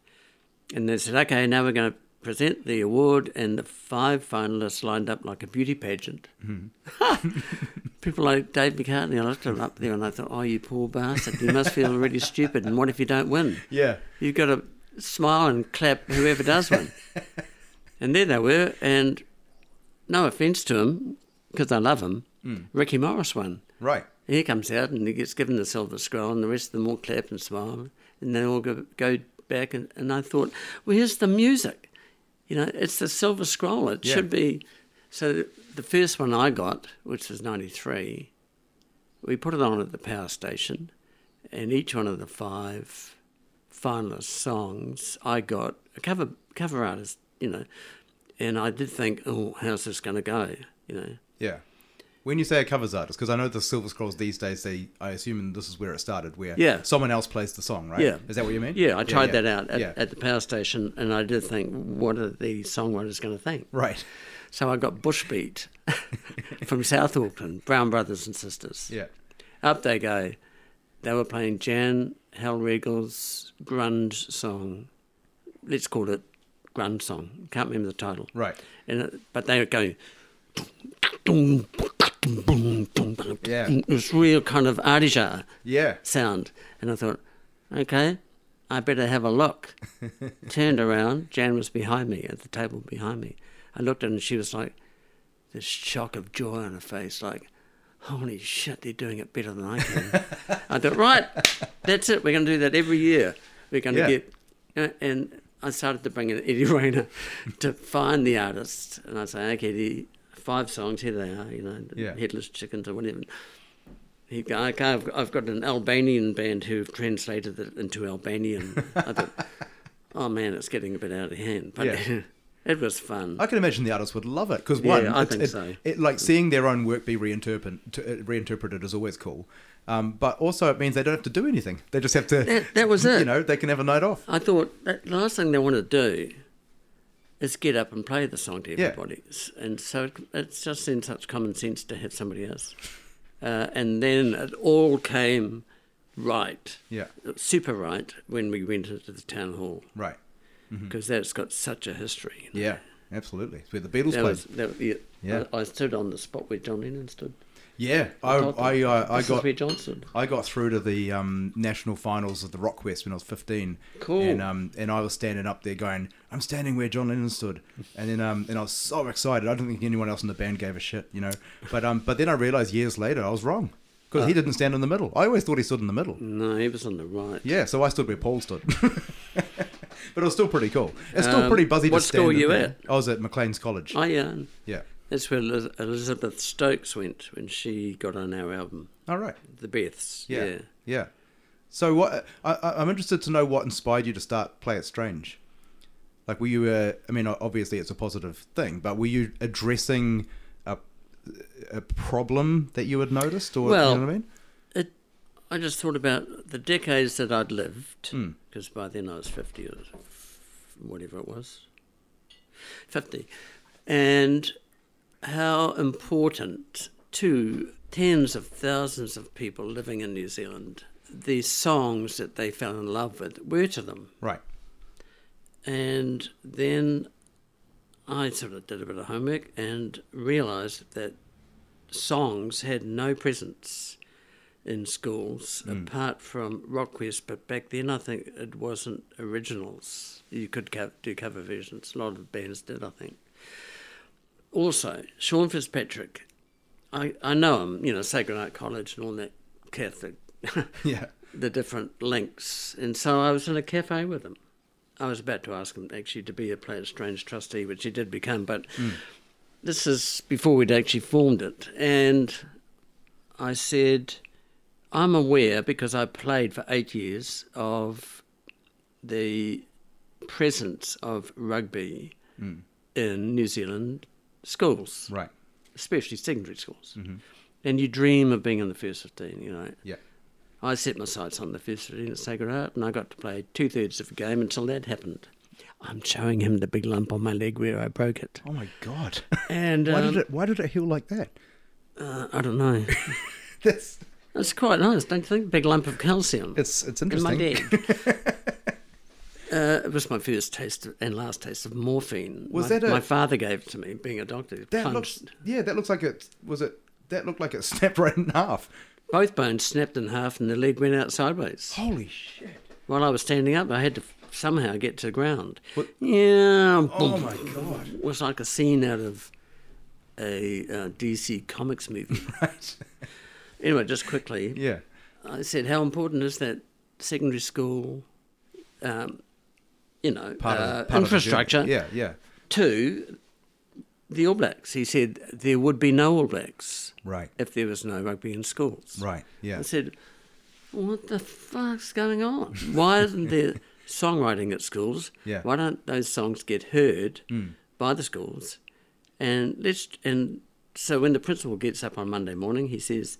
Speaker 3: And they said, okay, now we're going to present the award. And the five finalists lined up like a beauty pageant. People like Dave McCartney, I looked at him up there and I thought, oh, you poor bastard, you must feel really stupid. And what if you don't win?
Speaker 2: Yeah.
Speaker 3: You've got to smile and clap whoever does win. and there they were. And no offence to him, because I love him, Ricky Morris won.
Speaker 2: Right.
Speaker 3: He comes out and he gets given the silver scroll, and the rest of them all clap and smile, and they all go, go back. And, and I thought, where's the music? You know, it's the silver scroll. It
Speaker 2: Yeah.
Speaker 3: should be. So the first one I got, which was 93, we put it on at the power station, and each one of the five finalist songs, I got a cover cover artist, you know, and I did think, oh, how's this going to go? You know,
Speaker 2: Yeah. When you say a covers artist, because I know the Silver Scrolls these days, they I assume this is where it started, where
Speaker 3: Yeah.
Speaker 2: someone else plays the song, right?
Speaker 3: Yeah.
Speaker 2: Is that what you mean?
Speaker 3: yeah, I tried that out at,
Speaker 2: yeah.
Speaker 3: at the power station, and I did think, what are the songwriters going to think?
Speaker 2: right.
Speaker 3: So I got Bushbeat from South Auckland, Brown Brothers and Sisters.
Speaker 2: Yeah.
Speaker 3: Up they go. They were playing Jan Halregel's grunge song. Let's call it grunge song. Can't remember the title.
Speaker 2: Right.
Speaker 3: And it, but they were going. Yeah. It was real kind of Arija
Speaker 2: Yeah.
Speaker 3: sound. And I thought, okay, I better have a look. Turned around, Jan was behind me at the table behind me. I looked at her and she was like, this shock of joy on her face, like, holy shit, they're doing it better than I can. I thought, right, that's it. We're going to do that every year. We're going
Speaker 2: Yeah.
Speaker 3: to get. uh, And I started to bring in Eddie Rayner to find the artist. And I say, okay, Eddie, five songs, here they are, you know,
Speaker 2: Yeah.
Speaker 3: Headless Chickens or whatever. He go, okay, I've, I've got an Albanian band who've translated it into Albanian. I thought, oh man, it's getting a bit out of hand. But
Speaker 2: Yeah.
Speaker 3: it was fun.
Speaker 2: I can imagine the artists would love it because
Speaker 3: Yeah,
Speaker 2: one,
Speaker 3: I
Speaker 2: it's-
Speaker 3: think
Speaker 2: it,
Speaker 3: so.
Speaker 2: it- like seeing their own work be reinterpret, to, uh, reinterpreted is always cool. Um, but also, it means they don't have to do anything. They just have to.
Speaker 3: That- that was it.
Speaker 2: You know, they can have a night off.
Speaker 3: I thought that last thing they want to do is get up and play the song to
Speaker 2: Yeah.
Speaker 3: everybody. S- And so it, it's just in such common sense to have somebody else. Uh, and then it all came right,
Speaker 2: Yeah.
Speaker 3: super right, when we went into the town hall
Speaker 2: Right. Mm-hmm.
Speaker 3: because that's got such a history. you know.
Speaker 2: Yeah. Absolutely. It's where the Beatles
Speaker 3: That
Speaker 2: played.
Speaker 3: was, that, yeah,
Speaker 2: Yeah.
Speaker 3: I, I stood on the spot where John Lennon stood.
Speaker 2: Yeah. I
Speaker 3: told them,
Speaker 2: I, uh, I
Speaker 3: this is
Speaker 2: got
Speaker 3: where John stood.
Speaker 2: I got through to the um, national finals of the Rock Quest when I was 15.
Speaker 3: Cool.
Speaker 2: And, um, and I was standing up there going, I'm standing where John Lennon stood. And then um, and I was so excited. I don't think anyone else in the band gave a shit, you know. But um, but then I realized years later I was wrong because
Speaker 3: Uh.
Speaker 2: he didn't stand in the middle. I always thought he stood in the middle.
Speaker 3: No, he was on the right.
Speaker 2: Yeah, so I stood where Paul stood. but it was still pretty cool. It's still pretty buzzy to
Speaker 3: Um, what
Speaker 2: stand
Speaker 3: school were
Speaker 2: in
Speaker 3: you
Speaker 2: there.
Speaker 3: at?
Speaker 2: I was at Maclean's College.
Speaker 3: I, um,
Speaker 2: yeah.
Speaker 3: that's where Eliz- Elizabeth Stokes went when she got on our album.
Speaker 2: All right.
Speaker 3: The Beths.
Speaker 2: Oh. Yeah.
Speaker 3: Yeah.
Speaker 2: Yeah. So what I, I- I'm interested to know what inspired you to start Play It Strange. Like, were you? Uh, I mean, obviously it's a positive thing, but were you addressing a a problem that you had noticed, or
Speaker 3: Well-
Speaker 2: you know what I mean?
Speaker 3: It, I just thought about the decades that I'd lived, because by then I was 50 or f- whatever it was. 50. And how important to tens of thousands of people living in New Zealand the songs that they fell in love with were to them.
Speaker 2: Right.
Speaker 3: And then I sort of did a bit of homework and realised that songs had no presence in schools apart from rock quest. But back then, I think it wasn't originals. You could co- do cover versions. A lot of bands did, I think. Also, Sean Fitzpatrick, I, I know him, you know, Sacred Heart College and all that Catholic
Speaker 2: Yeah.
Speaker 3: the different links. And so I was in a cafe with him. I was about to ask him actually to be a Player Strange trustee, which he did become, but this is before we'd actually formed it. And I said, I'm aware because I played for eight years of the presence of rugby
Speaker 2: Hmm.
Speaker 3: in New Zealand schools,
Speaker 2: Right. Mm-hmm.
Speaker 3: especially secondary schools. And you dream of being in the first 15, you know.
Speaker 2: Yeah.
Speaker 3: I set my sights on the first arena at Sacred Heart and I got to play two thirds of a game until that happened. I'm showing him the big lump on my leg where I broke it.
Speaker 2: Oh my god.
Speaker 3: And
Speaker 2: why did
Speaker 3: um,
Speaker 2: it? Why did it heal like that?
Speaker 3: uh, I don't know.
Speaker 2: That's
Speaker 3: That's quite nice, don't you think? Big lump of calcium.
Speaker 2: it's it's
Speaker 3: in my
Speaker 2: interesting.
Speaker 3: leg. Uh, it was my first taste of, and last taste of morphine.
Speaker 2: Was
Speaker 3: my,
Speaker 2: that a-
Speaker 3: my father gave it to me, being a doctor. He
Speaker 2: That
Speaker 3: plunged-
Speaker 2: looks. Yeah, that looks like it. Was it? That looked like it snapped right in half.
Speaker 3: Both bones snapped in half, and the leg went out sideways.
Speaker 2: Holy shit.
Speaker 3: While I was standing up, I had to somehow get to the ground.
Speaker 2: What-
Speaker 3: Yeah,
Speaker 2: Oh my god.
Speaker 3: was like a scene out of a uh, DC Comics movie.
Speaker 2: Right.
Speaker 3: anyway, just quickly,
Speaker 2: yeah.
Speaker 3: I said, how important is that secondary school, um, you know,
Speaker 2: Part of-
Speaker 3: uh,
Speaker 2: part of the journey.
Speaker 3: infrastructure?
Speaker 2: yeah, yeah.
Speaker 3: To the All Blacks. He said there would be no All Blacks
Speaker 2: Right.
Speaker 3: if there was no rugby in schools.
Speaker 2: Right. Yeah.
Speaker 3: I said, what the fuck's going on? Why isn't there songwriting at schools?
Speaker 2: Yeah. Hmm.
Speaker 3: Why don't those songs get heard by the schools? And let's and so when the principal gets up on Monday morning, he says,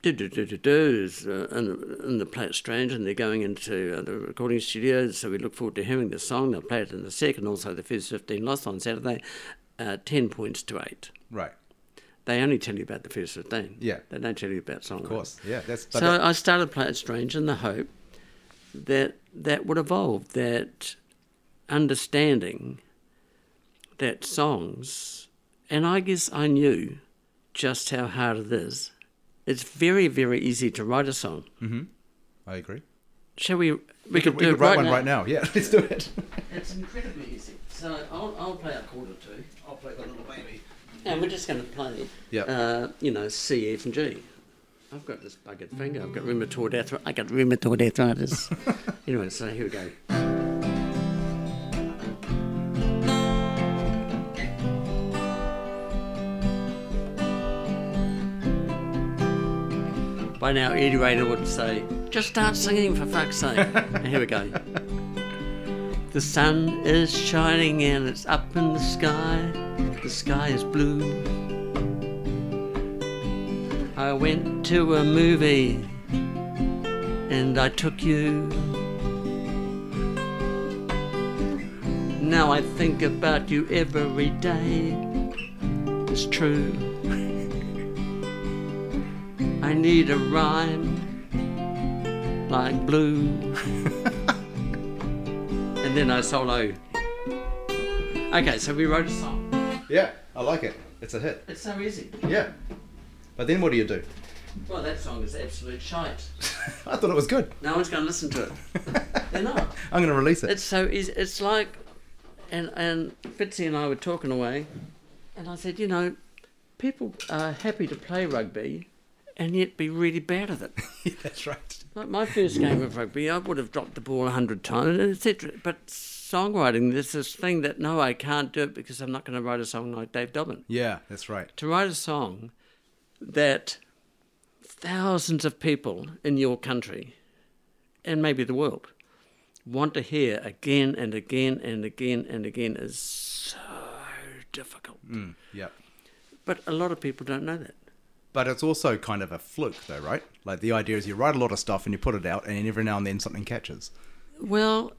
Speaker 3: do do do do do's uh, in, the- in the play it strange, and they're going into uh, the recording studio. So we look forward to hearing the song. They'll play it in the second. Also, the first fifteen lost on Saturday, uh, ten points to eight.
Speaker 2: Right.
Speaker 3: They only tell you about the first fifteen.
Speaker 2: Yeah.
Speaker 3: they don't tell you about song.
Speaker 2: Of course. Yeah. That's.
Speaker 3: So
Speaker 2: But that-
Speaker 3: I started playing Strange in the hope that that would evolve, that understanding that songs, and I guess I knew just how hard it is. It's very, very easy to write a song.
Speaker 2: I agree.
Speaker 3: Shall we? We, could,
Speaker 2: We
Speaker 3: do
Speaker 2: could
Speaker 3: it
Speaker 2: write
Speaker 3: right
Speaker 2: one
Speaker 3: now.
Speaker 2: right now. Yeah. Let's do it.
Speaker 3: It's incredibly easy. So I'll, I'll play a chord or two. I'll play the little baby. And we're just going to play,
Speaker 2: Yep.
Speaker 3: uh, you know, C, F, and G. I've got this buggered finger. I've got rheumatoid arthritis. I got rheumatoid arthritis. anyway, so here we go. By now, Eddie Rayner would say, just start singing for fuck's sake. and here we go. The sun is shining and it's up in the sky. The sky is blue. I went to a movie and I took you. Now I think about you every day. It's true. I need a rhyme like blue and then I solo. Okay, so we wrote a song.
Speaker 2: Yeah. I like it. It's a hit.
Speaker 3: It's so easy.
Speaker 2: Yeah. But then what do you do?
Speaker 3: Well, that song is absolute shite.
Speaker 2: I thought it was good.
Speaker 3: No one's going to listen to it. They're not.
Speaker 2: I'm going to release it.
Speaker 3: It's so easy. It's like, and and Fitzy and I were talking away, and I said, you know, people are happy to play rugby, and yet be really bad at it.
Speaker 2: That's right.
Speaker 3: Like my first game of rugby, I would have dropped the ball a hundred times, etc. But songwriting, there's this thing that no, I can't do it because I'm not going to write a song like Dave Dobbin.
Speaker 2: Yeah. That's right.
Speaker 3: to write a song that thousands of people in your country and maybe the world want to hear again and again and again and again is so difficult.
Speaker 2: Yep.
Speaker 3: But a lot of people don't know that.
Speaker 2: But it's also kind of a fluke, though, right? Like the idea is you write a lot of stuff and you put it out, and every now and then something catches.
Speaker 3: Well,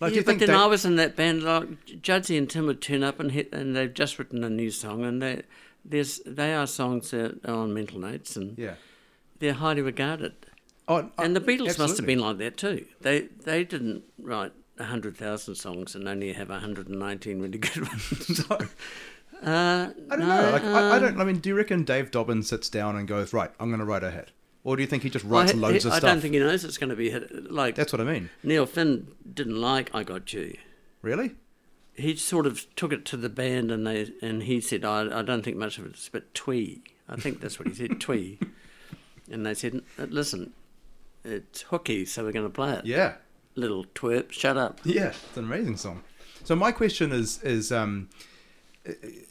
Speaker 2: Like, do
Speaker 3: yeah,
Speaker 2: you
Speaker 3: but
Speaker 2: think
Speaker 3: then
Speaker 2: they-
Speaker 3: I was in that band. Like Judsy and Tim would turn up and hit, and they've just written a new song, and they there's they are songs that are on mental notes, and
Speaker 2: Yeah.
Speaker 3: they're highly regarded.
Speaker 2: Oh,
Speaker 3: And the Beatles must have
Speaker 2: absolutely.
Speaker 3: been like that too. They they didn't write hundred thousand songs and only have hundred and nineteen really good ones.
Speaker 2: No.
Speaker 3: Uh,
Speaker 2: I don't know. Like, I, I don't. I mean, do you reckon Dave Dobbin sits down and goes, "Right, I'm going to write a hit," or do you think he just writes
Speaker 3: I,
Speaker 2: loads of
Speaker 3: I
Speaker 2: stuff?
Speaker 3: don't think he knows it's going to be hit. Like
Speaker 2: That's what I mean.
Speaker 3: Neil Finn didn't like "I Got You."
Speaker 2: Really?
Speaker 3: He sort of took it to the band, and they and he said, "I, I don't think much of it's but twee." I think that's what he said, twee. And they said, "Uh, "Listen, it's hooky, so we're going to play it."
Speaker 2: Yeah.
Speaker 3: Little twerp, shut up.
Speaker 2: Yeah, it's an amazing song. So my question is is um,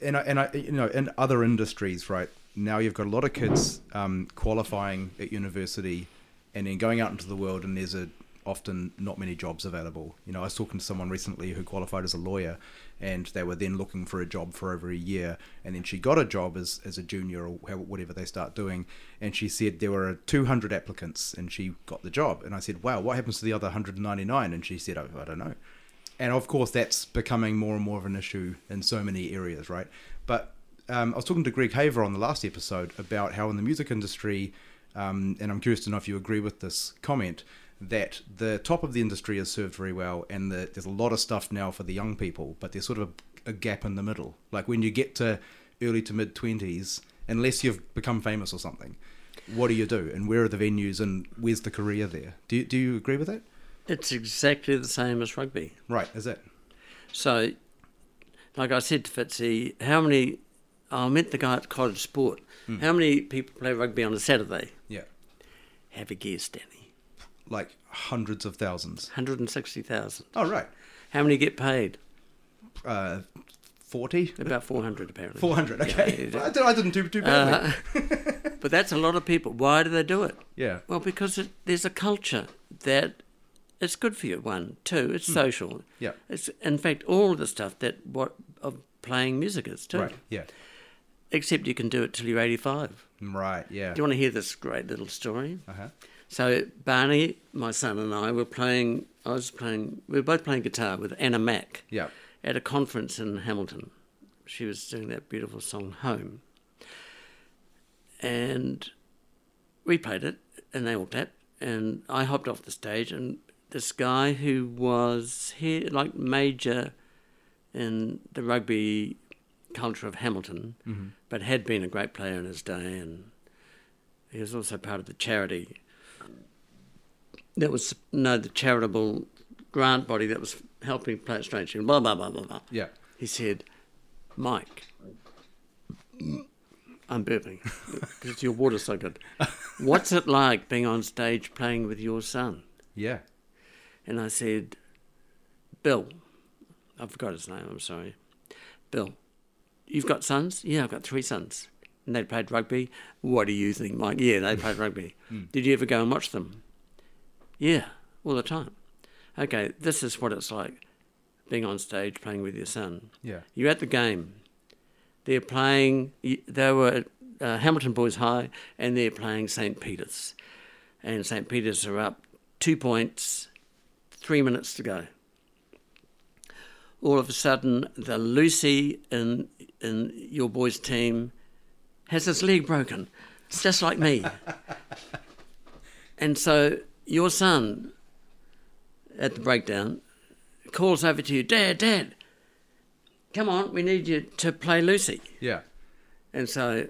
Speaker 2: and I, and I you know in other industries right now you've got a lot of kids um, qualifying at university and then going out into the world and there's a often not many jobs available. You know I was talking to someone recently who qualified as a lawyer and they were then looking for a job for over a year and then she got a job as, as a junior or how- whatever they start doing and she said there were 200 applicants and she got the job and I said wow what happens to the other 199 and she said oh, I don't know and of course that's becoming more and more of an issue in so many areas right but um, i was talking to greg haver on the last episode about how in the music industry um, and i'm curious to know if you agree with this comment that the top of the industry is served very well and the, there's a lot of stuff now for the young people but there's sort of a, a gap in the middle like when you get to early to mid 20s unless you've become famous or something what do you do and where are the venues and where's the career there do you, do you agree with that
Speaker 3: It's exactly the same as rugby.
Speaker 2: right is it
Speaker 3: So, like I said to Fitzy, how many I met the guy at College Sport.
Speaker 2: Hmm.
Speaker 3: How many people play rugby on a Saturday?
Speaker 2: Yeah.
Speaker 3: Have a guess, Danny.
Speaker 2: Like hundreds of thousands.
Speaker 3: 160,000.
Speaker 2: Oh, right.
Speaker 3: How many get paid?
Speaker 2: Uh, 40?
Speaker 3: About 400, apparently.
Speaker 2: 400,
Speaker 3: Yeah, Uh-huh.
Speaker 2: okay.
Speaker 3: yeah, yeah.
Speaker 2: I, did, I didn't do too badly.
Speaker 3: But that's a lot of people. Why do they do it?
Speaker 2: yeah.
Speaker 3: Well, because it, there's a culture that it's good for you. One, two, it's social.
Speaker 2: Hmm. Yeah.
Speaker 3: It's in fact all of the stuff that what of playing music is too.
Speaker 2: Right, yeah.
Speaker 3: Except you can do it till you're 85.
Speaker 2: Right, yeah.
Speaker 3: Do you want to hear this great little story?
Speaker 2: Uh-huh.
Speaker 3: So Barney, my son, and I were playing. I was playing. We were both playing guitar with Anna Mack.
Speaker 2: Yeah.
Speaker 3: At a conference in Hamilton, she was doing that beautiful song "Home," and we played it, and they all clapped, and I hopped off the stage, and this guy who was here, like major in the rugby culture of Hamilton, but had been a great player in his day, and he was also part of the charity that was no the charitable grant body that was helping Planet Strange. and Blah blah blah blah blah.
Speaker 2: Yeah.
Speaker 3: He said, Mike, I'm burping because your water's so good. What's it like being on stage playing with your son?
Speaker 2: Yeah.
Speaker 3: And I said, Bill, I forgot his name, I'm sorry. Bill, you've got sons? Yeah, I've got three sons. And they played rugby? What do you think, Mike? Yeah, they played rugby. Did you ever go and watch them? Yeah, all the time. Okay, this is what it's like being on stage playing with your son.
Speaker 2: Yeah.
Speaker 3: You're at the game. They're playing, they were at uh, Hamilton Boys High and they're playing St. Peter's. And St. Peter's are up two points, three minutes to go. All of a sudden, the Lucy in, in your boy's team has his leg broken, It's just like me. and so your son at the breakdown calls over to you, Dad, Dad, come on, we need you to play Lucy.
Speaker 2: Yeah.
Speaker 3: And so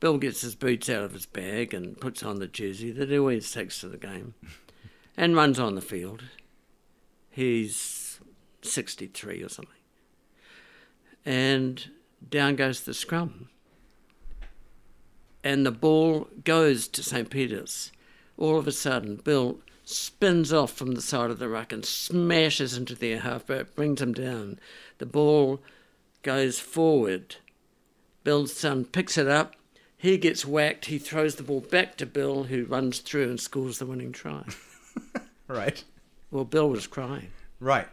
Speaker 3: Bill gets his boots out of his bag and puts on the jersey that he always takes to the game and runs on the field. He's 63 or something. And down goes the scrum. And the ball goes to St. Peter's. All of a sudden, Bill spins off from the side of the ruck and smashes into their half back, brings him down. The ball goes forward. Bill's son picks it up. He gets whacked. He throws the ball back to Bill, who runs through and scores the winning try.
Speaker 2: Right.
Speaker 3: well, Bill was crying
Speaker 2: Right.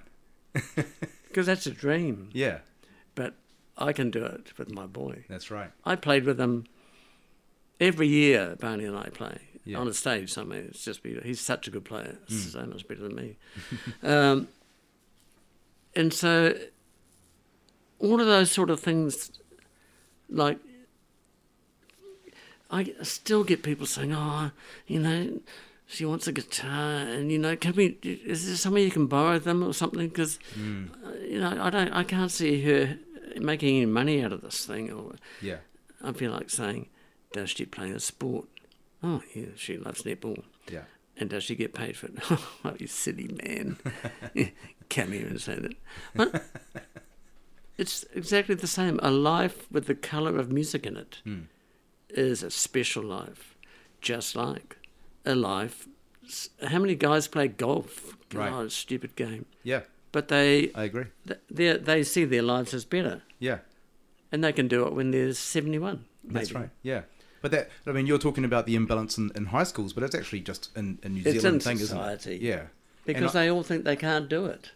Speaker 3: because that's a dream.
Speaker 2: Yeah.
Speaker 3: But I can do it with my boy.
Speaker 2: That's right.
Speaker 3: I played with him every year. Barney and I play
Speaker 2: Yeah.
Speaker 3: on a stage somewhere. It's just beautiful. He's such a good player. So much better than me. um, and so, all of those sort of things, like. I still get people saying, "Oh, you know, she wants a guitar, and you know, can we? Is there somewhere you can borrow them or something? Because you know, I don't, I can't see her making any money out of this thing, or
Speaker 2: Yeah.
Speaker 3: I feel like saying, does she play a sport? Oh, yeah, she loves netball.
Speaker 2: Yeah.
Speaker 3: And does she get paid for it? oh, you silly man. Can't even say that. But it's exactly the same. A life with the colour of music in it
Speaker 2: Hmm.
Speaker 3: is a special life, just like a life. s- How many guys play golf?
Speaker 2: Right.
Speaker 3: God, it's a stupid game.
Speaker 2: Yeah.
Speaker 3: But they
Speaker 2: I agree.
Speaker 3: th- they they see their lives as better,
Speaker 2: Yeah.
Speaker 3: and they can do it when they're seventy one.
Speaker 2: That's right. Yeah. But that, I mean, you're talking about the imbalance in, in high schools, but it's actually just in, in New
Speaker 3: It's
Speaker 2: Zealand
Speaker 3: in
Speaker 2: thing,
Speaker 3: society.
Speaker 2: isn't it? Yeah.
Speaker 3: because
Speaker 2: and I-
Speaker 3: they all think they can't do it.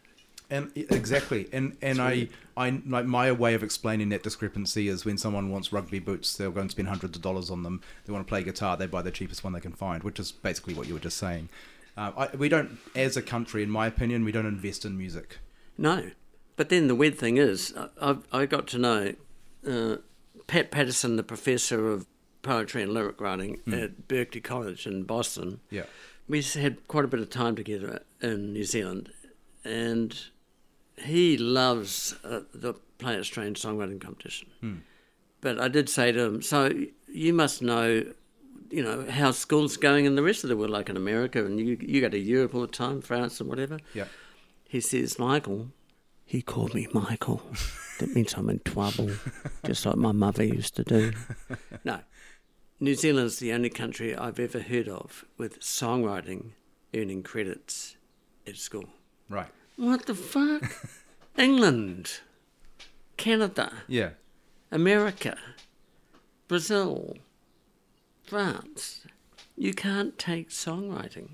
Speaker 2: and e, exactly, and and I, I like my way of explaining that discrepancy is when someone wants rugby boots, they'll go and spend hundreds of dollars on them. They want to play guitar, they buy the cheapest one they can find, which is basically what you were just saying. Uh, I, we don't, as a country, in my opinion, we don't invest in music.
Speaker 3: No, but then the weird thing is, I I've, I got to know uh, Pat Patterson, the professor of poetry and lyric writing at Berkeley College in Boston.
Speaker 2: Yeah.
Speaker 3: we s- had quite a bit of time together uh, in New Zealand, and he loves uh, the Planet Strange songwriting competition. But I did say to him, so you must know, you know, how school's going in the rest of the world, like in America, and you you go to Europe all the time, France and whatever.
Speaker 2: Yeah.
Speaker 3: He says, Michael. He called me Michael. That means I'm in trouble, just like my mother used to do. No, New Zealand's the only country I've ever heard of with songwriting earning credits at school.
Speaker 2: Right.
Speaker 3: What the fuck? England, Canada,
Speaker 2: Yeah.
Speaker 3: America, Brazil, France. You can't take songwriting.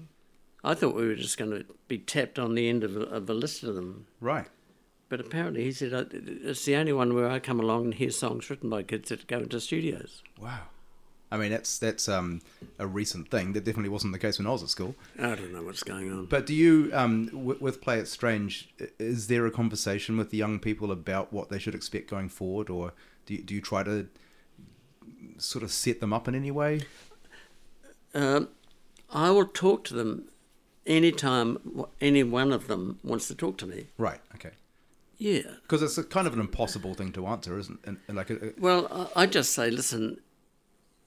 Speaker 3: I thought we were just going to be tapped on the end of a, of a list of them.
Speaker 2: Right.
Speaker 3: But apparently, he said, "Uh, it's the only one where I come along and hear songs written by kids that go into studios.
Speaker 2: Wow. I mean, that's that's um, a recent thing. That definitely wasn't the case when I was at school.
Speaker 3: I don't know what's going on.
Speaker 2: But do you, um, w- with Play It Strange, i- is there a conversation with the young people about what they should expect going forward, or do you, do you try to sort of set them up in any way?
Speaker 3: Um, I will talk to them anytime w- any one of them wants to talk to me.
Speaker 2: Right. Okay.
Speaker 3: Yeah.
Speaker 2: Because it's a kind of an impossible thing to answer, isn't it? And, and like, uh, a, a-
Speaker 3: Well, I, I just say, listen,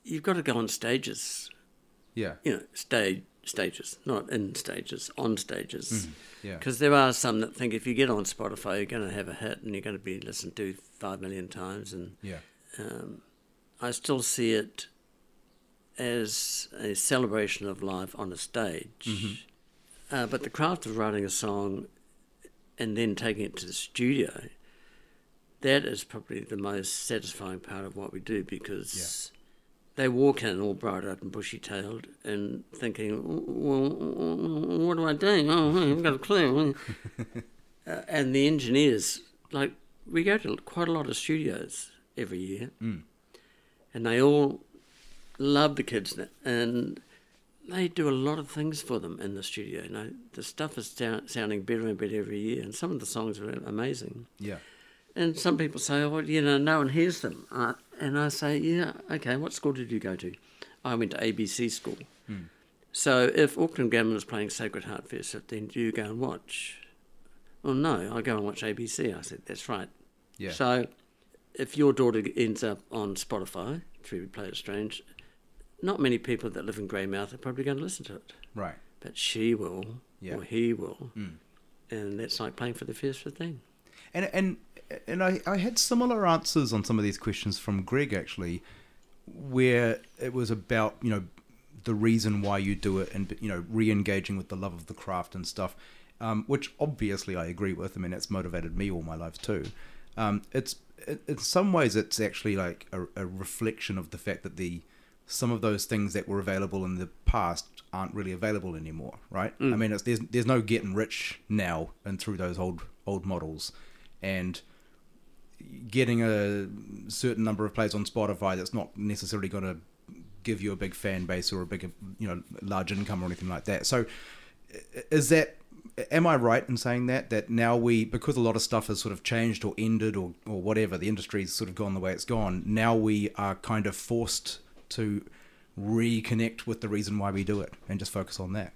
Speaker 3: you've got to go on stages,
Speaker 2: yeah,
Speaker 3: you know, stage stages, not in stages, on stages.
Speaker 2: yeah.
Speaker 3: Because there are some that think if you get on Spotify, you're going to have a hit and you're going to be listened to five million times. And
Speaker 2: yeah,
Speaker 3: Um, I still see it as a celebration of life on a stage. Uh, but the craft of writing a song and then taking it to the studio, that is probably the most satisfying part of what we do because they walk in all bright eyed and bushy tailed and thinking, well, what do I do? Oh, I haven't got a clue. uh, and the engineers, like, we go to quite a lot of studios every year and they all love the kids n- and they do a lot of things for them in the studio. You know, the stuff is sou- sounding better and better every year, and some of the songs are amazing.
Speaker 2: yeah,
Speaker 3: And some people say, "Oh, you know, no one hears them," uh, and I say, "Yeah, okay. What school did you go to?" I went to ABC school.
Speaker 2: Hmm.
Speaker 3: So if Auckland Gammon is playing Sacred Heart Fest, then do you go and watch? Well, no, I go and watch ABC. I said, "That's right."
Speaker 2: yeah.
Speaker 3: So, if your daughter ends up on Spotify through Play It Strange, not many people that live in Greymouth are probably going to listen to it,
Speaker 2: right.
Speaker 3: but she will,
Speaker 2: Yeah. Hmm.
Speaker 3: or he will, and that's like playing for the first thing.
Speaker 2: And and and I, I had similar answers on some of these questions from Greg actually, where it was about you know the reason why you do it and you know re-engaging with the love of the craft and stuff, um, which obviously I agree with. I mean that's motivated me all my life too. Um, it's it- in some ways it's actually like a, a reflection of the fact that the some of those things that were available in the past aren't really available anymore, right? I mean, it's, there's there's no getting rich now and through those old old models, and getting a certain number of plays on Spotify that's not necessarily going to give you a big fan base or a big you know large income or anything like that. So i- is that am I right in saying that that now we because a lot of stuff has sort of changed or ended or or whatever the industry's sort of gone the way it's gone now we are kind of forced to reconnect with the reason why we do it and just focus on that.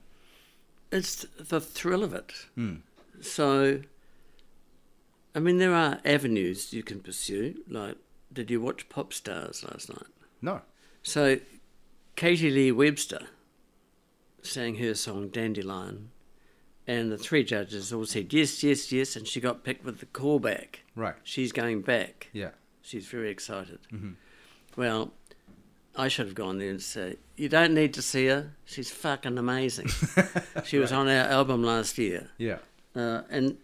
Speaker 3: It's the thrill of it. So, I mean, there are avenues you can pursue. Like, did you watch Pop Stars last night?
Speaker 2: No.
Speaker 3: So, Katie Lee Webster sang her song Dandelion, and the three judges all said yes, yes, yes, and she got picked with the callback.
Speaker 2: Right.
Speaker 3: She's going back.
Speaker 2: Yeah.
Speaker 3: She's very excited. Well, I should have gone there and said, You don't need to see her. She's fucking amazing. she was on our album last year.
Speaker 2: Yeah.
Speaker 3: Uh, and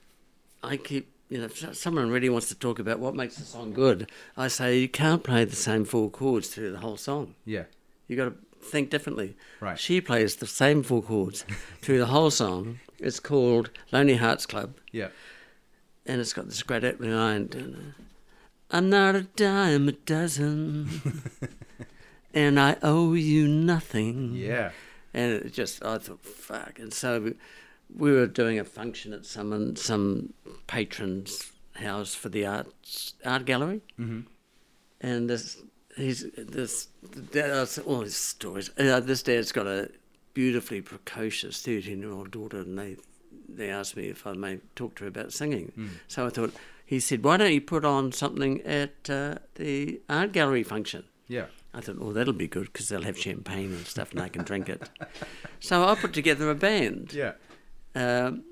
Speaker 3: I keep, you know, if so- someone really wants to talk about what makes a song good, I say you can't play the same four chords through the whole song.
Speaker 2: Yeah.
Speaker 3: You got to think differently.
Speaker 2: Right.
Speaker 3: She plays the same four chords through the whole song. It's called Lonely Hearts Club,
Speaker 2: Yeah. and
Speaker 3: and it's got this great opening line. dun- I'm not a dime a dozen, and I owe you nothing.
Speaker 2: Yeah.
Speaker 3: And it just, I thought, fuck. And so we, we were doing a function at some some patron's house for the arts art gallery, mm-hmm. and this he's this dad's all his stories. Uh, this dad's got a beautifully precocious thirteen year old daughter, and they they asked me if I may talk to her about singing. So I thought he said, why don't you put on something at uh, the art gallery function?
Speaker 2: Yeah.
Speaker 3: I thought, oh, that'll be good because they'll have champagne and stuff and I can drink it. So I put together a band
Speaker 2: Yeah.
Speaker 3: um,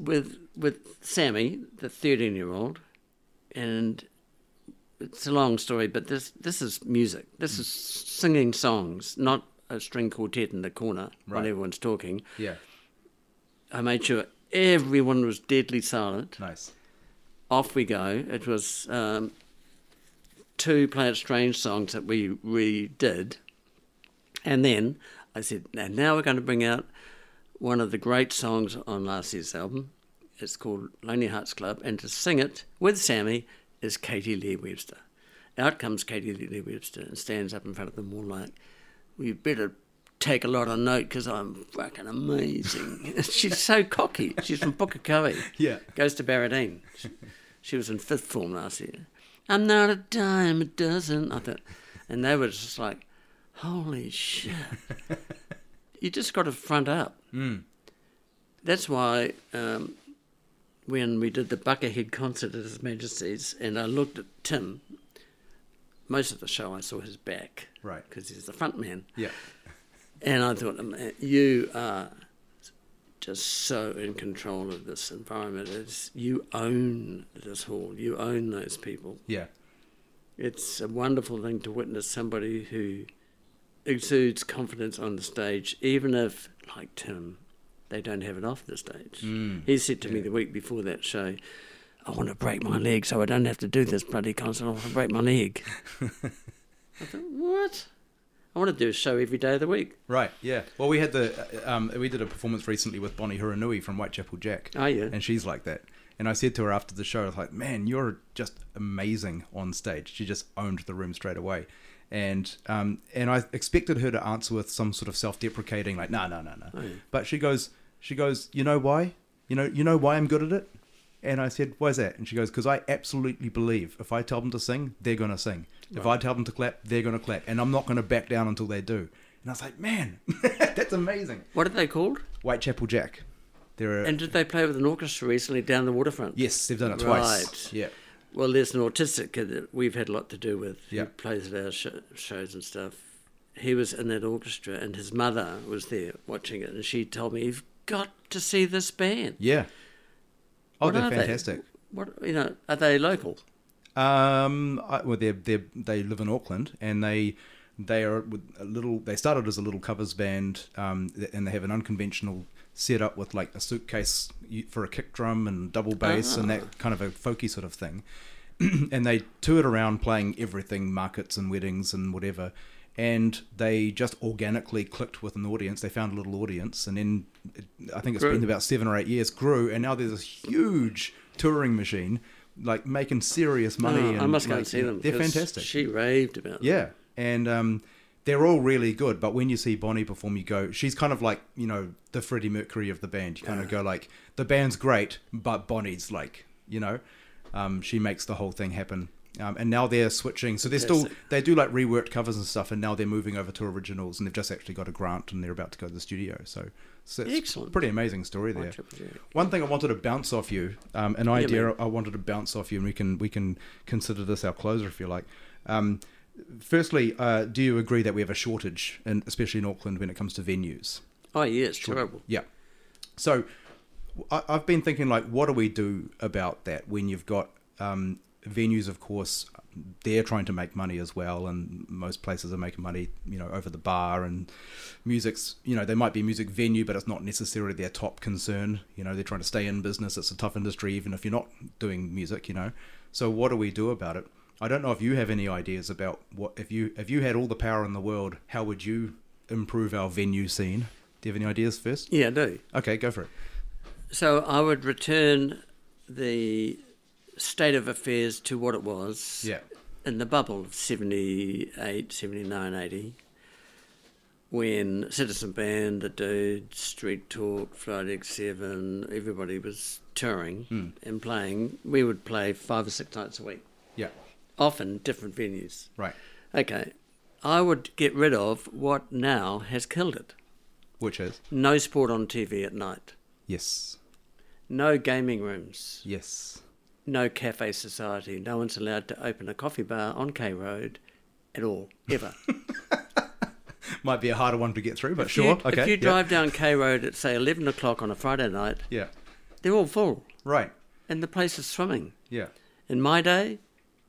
Speaker 3: with with Sammy, the 13 year old, and it's a long story, but this this is music.
Speaker 2: Mm.
Speaker 3: This is singing songs, not a string quartet in the corner while
Speaker 2: Right.
Speaker 3: everyone's talking.
Speaker 2: Yeah.
Speaker 3: I made sure everyone was deadly silent.
Speaker 2: Nice.
Speaker 3: Off we go. It was um, two Planet Strange songs that we redid, and then I said, "And now we're going to bring out one of the great songs on last year's album. It's called Lonely Hearts Club, and to sing it with Sammy is Katie Lee Webster. Out comes Katie Lee Webster and stands up in front of them all like, "We better." Take a lot of note because I'm fucking amazing. She's so cocky. She's from Pukekohe.
Speaker 2: Yeah.
Speaker 3: Goes to Barradine. She, she was in fifth form last year. I'm not a dime a dozen. I thought, and they were just like, holy shit. you just got to front up. That's why um, when we did the Buckerhead concert at His Majesty's, and I looked at Tim, most of the show I saw his back.
Speaker 2: Right.
Speaker 3: Because he's the front man.
Speaker 2: Yeah.
Speaker 3: And I thought, "Man, you are just so in control of this environment. It's, you own this hall, you own those people.
Speaker 2: Yeah.
Speaker 3: It's a wonderful thing to witness somebody who exudes confidence on the stage, even if, like Tim, they don't have it off the stage. he said to me the week before that show, I want to break my leg so I don't have to do this bloody concert. I want to break my leg. I thought, what? I want to do a show every day of the week.
Speaker 2: Right. Yeah. Well, we had the uh, um, we did a performance recently with Bonnie Hiranui from Whitechapel Jack.
Speaker 3: Oh, yeah.
Speaker 2: And she's like that. And I said to her after the show, I was like, "Man, you're just amazing on stage." She just owned the room straight away. And um, and I expected her to answer with some sort of self-deprecating, like, "No, no, no, no." But she goes, she goes, "You know why? You know, you know why I'm good at it." And I said, "Why's that?" And she goes, "Because I absolutely believe if I tell them to sing, they're gonna sing. If I tell them to clap, they're gonna clap, and I'm not gonna back down until they do." And I was like, "Man, that's amazing."
Speaker 3: What are they called?
Speaker 2: Whitechapel Jack. They're a,
Speaker 3: And did they play with an orchestra recently down the waterfront?
Speaker 2: yes, they've done it
Speaker 3: Right.
Speaker 2: twice. Yeah,
Speaker 3: Well, there's an autistic kid that we've had a lot to do with.
Speaker 2: Yeah.
Speaker 3: He plays at our sh- shows and stuff. He was in that orchestra, and his mother was there watching it, and she told me, "You've got to see this band.
Speaker 2: yeah. Oh,
Speaker 3: What
Speaker 2: they're
Speaker 3: are they?
Speaker 2: fantastic.
Speaker 3: What you know? Are they local?
Speaker 2: Um, I, well, they they they live in Auckland, and they they are with a little. They started as a little covers band, um, and they have an unconventional setup with like a suitcase for a kick drum and double bass and that kind of a folky sort of thing. and they toured around playing everything, markets and weddings and whatever. And they just organically clicked with an audience. They found a little audience, and then it, I think it's been about seven or eight years grew, and now there's a huge touring machine, like making serious money.
Speaker 3: Oh,
Speaker 2: and
Speaker 3: I must go
Speaker 2: like,
Speaker 3: and see them.
Speaker 2: They're
Speaker 3: 'cause
Speaker 2: fantastic.
Speaker 3: She raved about. them.
Speaker 2: Yeah, and um, they're all really good. But when you see Bonnie perform, you go, she's kind of like you know the Freddie Mercury of the band. You kind of go like, the band's great, but Bonnie's like, you know, um, she makes the whole thing happen. Um, and now they're switching, so they're still they do like reworked covers and stuff, and now they're moving over to originals, and they've just actually got a grant, and they're about to go to the studio. So, so it's
Speaker 3: Excellent.
Speaker 2: pretty amazing story there.
Speaker 3: Triple J.
Speaker 2: One thing I wanted to bounce off you, um, an idea
Speaker 3: man.
Speaker 2: I wanted to bounce off you, and we can we can consider this our closer if you like. Um, firstly, uh, do you agree that we have a shortage, and especially in Auckland, when it comes to venues?
Speaker 3: Oh yeah, it's terrible.
Speaker 2: Yeah. So I, I've been thinking, like, what do we do about that when you've got um, venues, of course, they're trying to make money as well, and most places are making money, you know, over the bar and music's, you know, they might be a music venue, but it's not necessarily their top concern. You know, they're trying to stay in business. It's a tough industry, even if you're not doing music, you know. So what do we do about it? I don't know if you have any ideas about what if you if you had all the power in the world, how would you improve our venue scene? Do you have any ideas first?
Speaker 3: Yeah, I do.
Speaker 2: Okay, go for it.
Speaker 3: So I would return the state of affairs to what it was.
Speaker 2: Yeah.
Speaker 3: in the bubble of 78, 79, 80, when Citizen Band, The Dude, Street Talk, Friday 7, everybody was touring
Speaker 2: Hmm.
Speaker 3: and playing, we would play five or six nights a week,
Speaker 2: Yeah.
Speaker 3: often different venues.
Speaker 2: Right.
Speaker 3: Okay, I would get rid of what now has killed it
Speaker 2: Which is?
Speaker 3: no sport on TV at night,
Speaker 2: Yes.
Speaker 3: no gaming rooms,
Speaker 2: Yes.
Speaker 3: no cafe society. No one's allowed to open a coffee bar on K Road at all, ever.
Speaker 2: Might be a harder one to get through, but
Speaker 3: If you-
Speaker 2: sure. okay.
Speaker 3: If you
Speaker 2: yeah.
Speaker 3: drive down K Road at say eleven o'clock on a Friday night,
Speaker 2: Yeah.
Speaker 3: they're all full,
Speaker 2: Right.
Speaker 3: and the place is swimming,
Speaker 2: Yeah.
Speaker 3: In my day,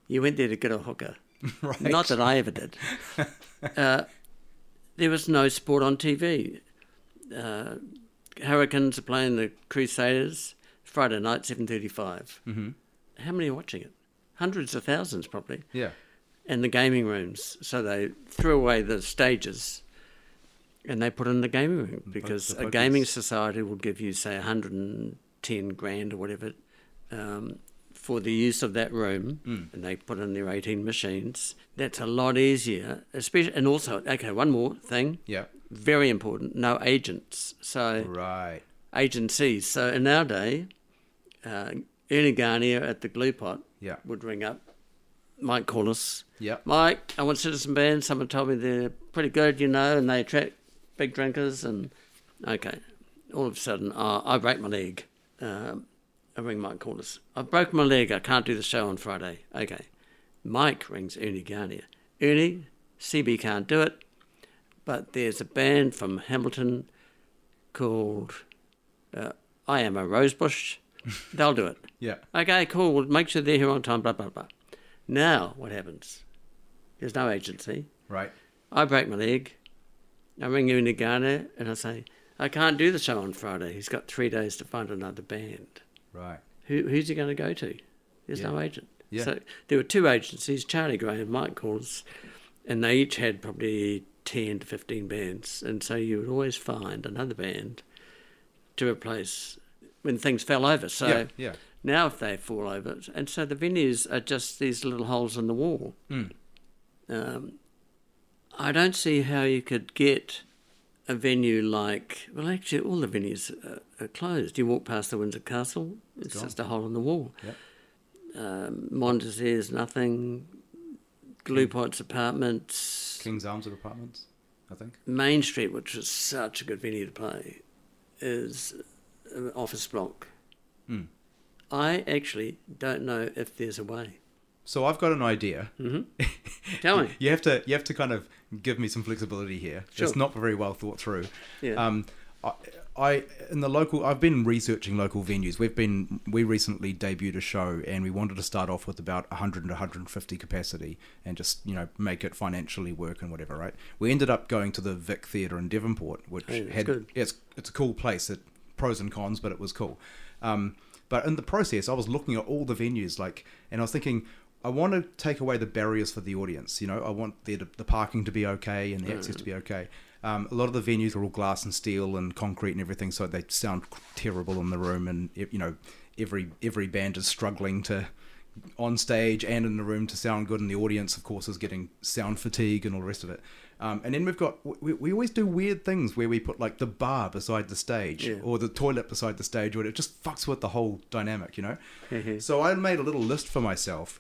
Speaker 3: you went there to get a hooker.
Speaker 2: Right.
Speaker 3: Not that I ever did. uh, there was no sport on TV. Uh, Hurricanes are playing the Crusaders Friday night, seven thirty-five. Mm-hmm. How many are watching it? Hundreds of thousands, probably.
Speaker 2: Yeah.
Speaker 3: And the gaming rooms. So they threw away the stages, and they put in the gaming room because
Speaker 2: the
Speaker 3: a gaming
Speaker 2: pokies.
Speaker 3: society will give you say 110 grand or whatever um, for the use of that room
Speaker 2: Hmm.
Speaker 3: and they put in their 18 machines that's a lot easier especially and also okay one more thing
Speaker 2: Yeah.
Speaker 3: very important no agents so
Speaker 2: Right.
Speaker 3: agencies so in our day uh, ernie garnier at the glue pot
Speaker 2: Yeah.
Speaker 3: would ring up mike corliss
Speaker 2: Yeah.
Speaker 3: Mike, I want citizen bands. Someone told me they're pretty good, you know, and they attract big drinkers. And okay, all of a sudden, uh, I break my leg. Um, I ring Mike Corliss. I broke my leg. I can't do the show on Friday. Okay, Mike rings Ernie Garnier. Ernie, CB can't do it, but there's a band from Hamilton called uh, I Am a Rosebush. They'll do it.
Speaker 2: Yeah.
Speaker 3: Okay, cool. We'll make sure they're here on time, blah, blah, blah. Now, what happens? There's no agency.
Speaker 2: Right.
Speaker 3: I break my leg. I ring you in Ghana and I say, I can't do the show on Friday. He's got three days to find another band.
Speaker 2: Right.
Speaker 3: Who, who's he going to go to? There's no
Speaker 2: Yeah.
Speaker 3: agent.
Speaker 2: Yeah.
Speaker 3: So there were two agencies, Charlie Gray and Mike Calls, and they each had probably 10 to 15 bands. And so you would always find another band to replace when things fell over. So
Speaker 2: Yeah, yeah.
Speaker 3: now if they fall over, and so the venues are just these little holes in the wall.
Speaker 2: Hmm.
Speaker 3: Um, I don't see how you could get a venue like well, actually, all the venues are, are closed. You walk past the Windsor Castle; it's just a hole in the wall.
Speaker 2: Yep.
Speaker 3: Um, Montes there's nothing. Gluepot's apartments.
Speaker 2: King's Arms of Apartments, I think.
Speaker 3: Main Street, which was such a good venue to play, is an office block. I actually don't know if there's a way.
Speaker 2: So I've got an idea.
Speaker 3: Tell me.
Speaker 2: You have to you have to kind of give me some flexibility here.
Speaker 3: Sure.
Speaker 2: It's not very well thought through.
Speaker 3: Yeah.
Speaker 2: Um, I, I in the local I've been researching local venues. We've been we recently debuted a show and we wanted to start off with about 100 and 150 capacity and just you know make it financially work and whatever. Right. We ended up going to the Vic Theatre in Devonport, which
Speaker 3: Hey, that's
Speaker 2: had
Speaker 3: good.
Speaker 2: it's it's a cool place. It pros and cons, but it was cool. Um, but in the process, I was looking at all the venues, like, and I was thinking, I want to take away the barriers for the audience. You know, I want the the parking to be okay
Speaker 3: Mm.
Speaker 2: and the access to be okay. Um, a lot of the venues are all glass and steel and concrete and everything, so they sound terrible in the room, and you know, every every band is struggling to on stage and in the room to sound good, and the audience, of course, is getting sound fatigue and all the rest of it. Um, and then we've got we, we always do weird things where we put like the bar beside the stage or the toilet beside the stage, or it just fucks with the whole dynamic, you know. so I made a little list for myself,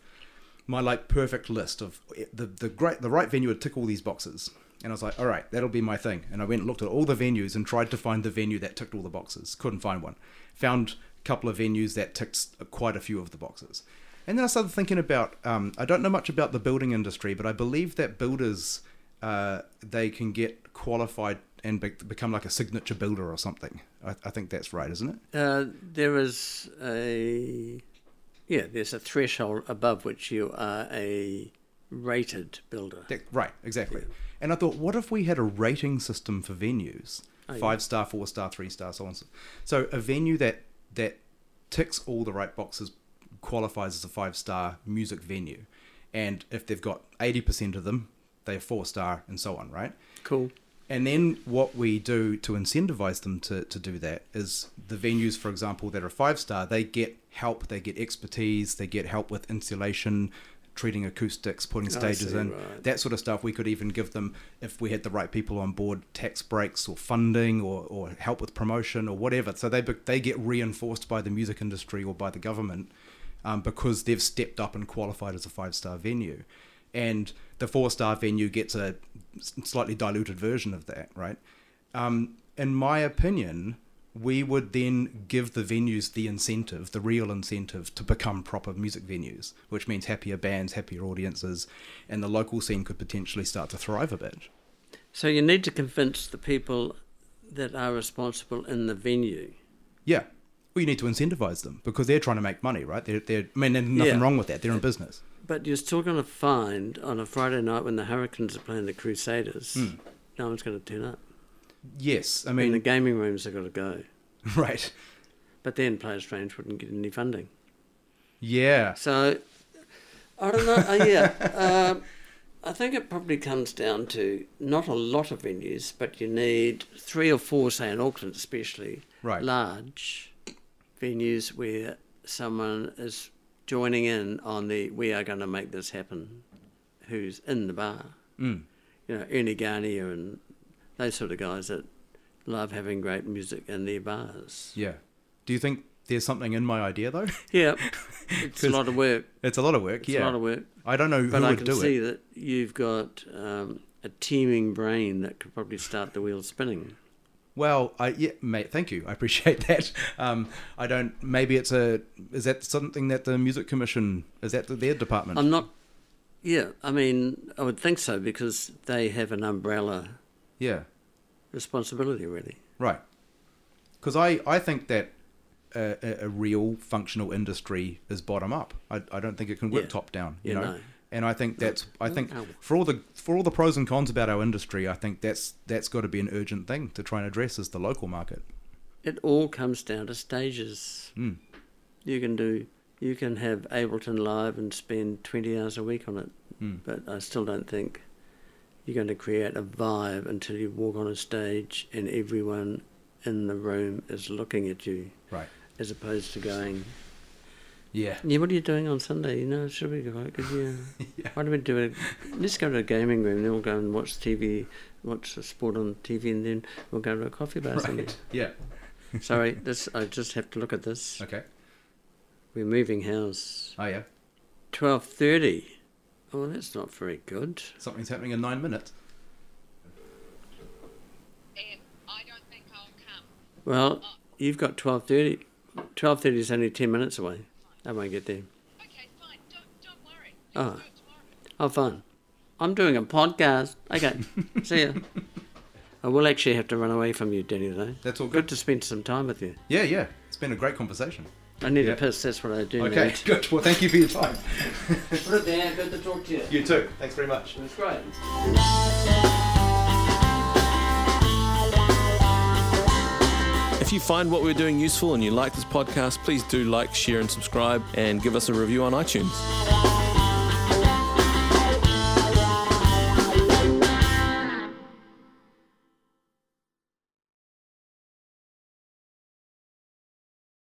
Speaker 2: my like perfect list of the the great the right venue would tick all these boxes. And I was like, all right, that'll be my thing. And I went and looked at all the venues and tried to find the venue that ticked all the boxes. Couldn't find one. Found a couple of venues that ticked s- uh, quite a few of the boxes. And then I started thinking about um, I don't know much about the building industry, but I believe that builders uh, they can get qualified and be- become like a signature builder or something. I, I think that's right, isn't it?
Speaker 3: Uh, there is a yeah. There's a threshold above which you are a rated builder.
Speaker 2: That, right, exactly. And I thought, what if we had a rating system for venues?
Speaker 3: Oh,
Speaker 2: Five star, four star, three star, so on. and So, so a venue that that ticks all the right boxes qualifies as a five star music venue, and if they've got eighty percent of them, they're four star, and so on. Right.
Speaker 3: Cool.
Speaker 2: And then what we do to incentivize them to, to do that is the venues, for example, that are five star, they get help, they get expertise, they get help with insulation, treating acoustics, putting stages
Speaker 3: see,
Speaker 2: in,
Speaker 3: right.
Speaker 2: that sort of stuff. We could even give them, if we had the right people on board, tax breaks or funding or, or help with promotion or whatever. So they, be- they get reinforced by the music industry or by the government um, because they've stepped up and qualified as a five star venue. And the four star venue gets a s- slightly diluted version of that, right? Um, in my opinion, we would then give the venues the incentive, the real incentive to become proper music venues, which means happier bands, happier audiences, and the local scene could potentially start to thrive a bit.
Speaker 3: So you need to convince the people that are responsible in the venue
Speaker 2: Yeah. Well, you need to incentivize them because they're trying to make money, right? They're, they're I mean, there's nothing
Speaker 3: Yeah.
Speaker 2: wrong with that. They're in business.
Speaker 3: But you're still going to find on a Friday night when the Hurricanes are playing the Crusaders, no one's going to turn up.
Speaker 2: Yes, I
Speaker 3: I mean, the
Speaker 2: mean,
Speaker 3: gaming rooms are going to go.
Speaker 2: right?
Speaker 3: But then Players Strange wouldn't get any funding.
Speaker 2: Yeah,
Speaker 3: So I don't know. Uh, yeah, um, I think it probably comes down to not a lot of venues, but you need three or four, say in Auckland especially,
Speaker 2: Right.
Speaker 3: large venues where someone is joining in on the "we are going to make this happen." Who's in the bar? Mm. You know, Ernie Garnier and those sort of guys that love having great music in their bars.
Speaker 2: yeah. Do you think there's something in my idea though?
Speaker 3: Yeah, it's a lot of work.
Speaker 2: it's a lot of work.
Speaker 3: It's
Speaker 2: yeah,
Speaker 3: a lot of work.
Speaker 2: I don't know
Speaker 3: But
Speaker 2: who
Speaker 3: I
Speaker 2: would
Speaker 3: can
Speaker 2: do
Speaker 3: see
Speaker 2: it.
Speaker 3: that you've got um, a teeming brain that could probably start the wheels spinning.
Speaker 2: Well, I yeah, mate. Thank you. I appreciate that. Um, I don't. Maybe it's a. Is that something that the music commission is that their department?
Speaker 3: I'm not. Yeah, I mean, I would think so because they have an umbrella
Speaker 2: yeah.
Speaker 3: responsibility, really.
Speaker 2: Right. Because I, I think that a, a, a real functional industry is bottom up. I, I don't think it can work
Speaker 3: Yeah.
Speaker 2: top down. You
Speaker 3: Yeah,
Speaker 2: know.
Speaker 3: no. Mm,
Speaker 2: And I think that's I think
Speaker 3: Ow.
Speaker 2: for all the for all the pros and cons about our industry, I think that's that's got to be an urgent thing to try and address is the local market.
Speaker 3: It all comes down to stages.
Speaker 2: Mm.
Speaker 3: You can do. You can have Ableton Live and spend 20 hours a week on it,
Speaker 2: Hmm.
Speaker 3: but I still don't think you're going to create a vibe until you walk on a stage and everyone in the room is looking at you.
Speaker 2: Right.
Speaker 3: as opposed to going,
Speaker 2: Yeah.
Speaker 3: yeah, what are you doing on Sunday? You know, should we go? Could you, Why don't we do it? Let's go to a gaming room, then we'll go and watch TV, watch the sport on TV, and then we'll go to a coffee bar somewhere.
Speaker 2: Right. Yeah.
Speaker 3: Sorry, this I just have to look at this.
Speaker 2: Okay.
Speaker 3: We're moving house.
Speaker 2: Oh yeah.
Speaker 3: Twelve thirty. Oh, that's not very good.
Speaker 2: Something's happening in nine minutes.
Speaker 4: And I don't think I'll come.
Speaker 3: Well, you've got twelve thirty. Twelve thirty is only ten minutes away. I won't get there.
Speaker 4: Okay, fine. Don't don't worry.
Speaker 3: Ah.
Speaker 4: Let's do it tomorrow.
Speaker 3: Oh, fun. I'm doing a podcast. Okay. See ya. I will actually have to run away from you, Danny, though.
Speaker 2: That's all
Speaker 3: Good
Speaker 2: good.
Speaker 3: to spend some time with you.
Speaker 2: Yeah, yeah. It's been a great conversation.
Speaker 3: I need
Speaker 2: Yeah.
Speaker 3: a piss. That's what I do.
Speaker 2: Okay,
Speaker 3: Mate.
Speaker 2: good. Well, thank you for your time.
Speaker 3: Put it down. Good to talk to you.
Speaker 2: you too. Thanks very much.
Speaker 3: That's great.
Speaker 5: If you find what we're doing useful and you like this podcast, please do like, share, and subscribe, and give us a review on iTunes.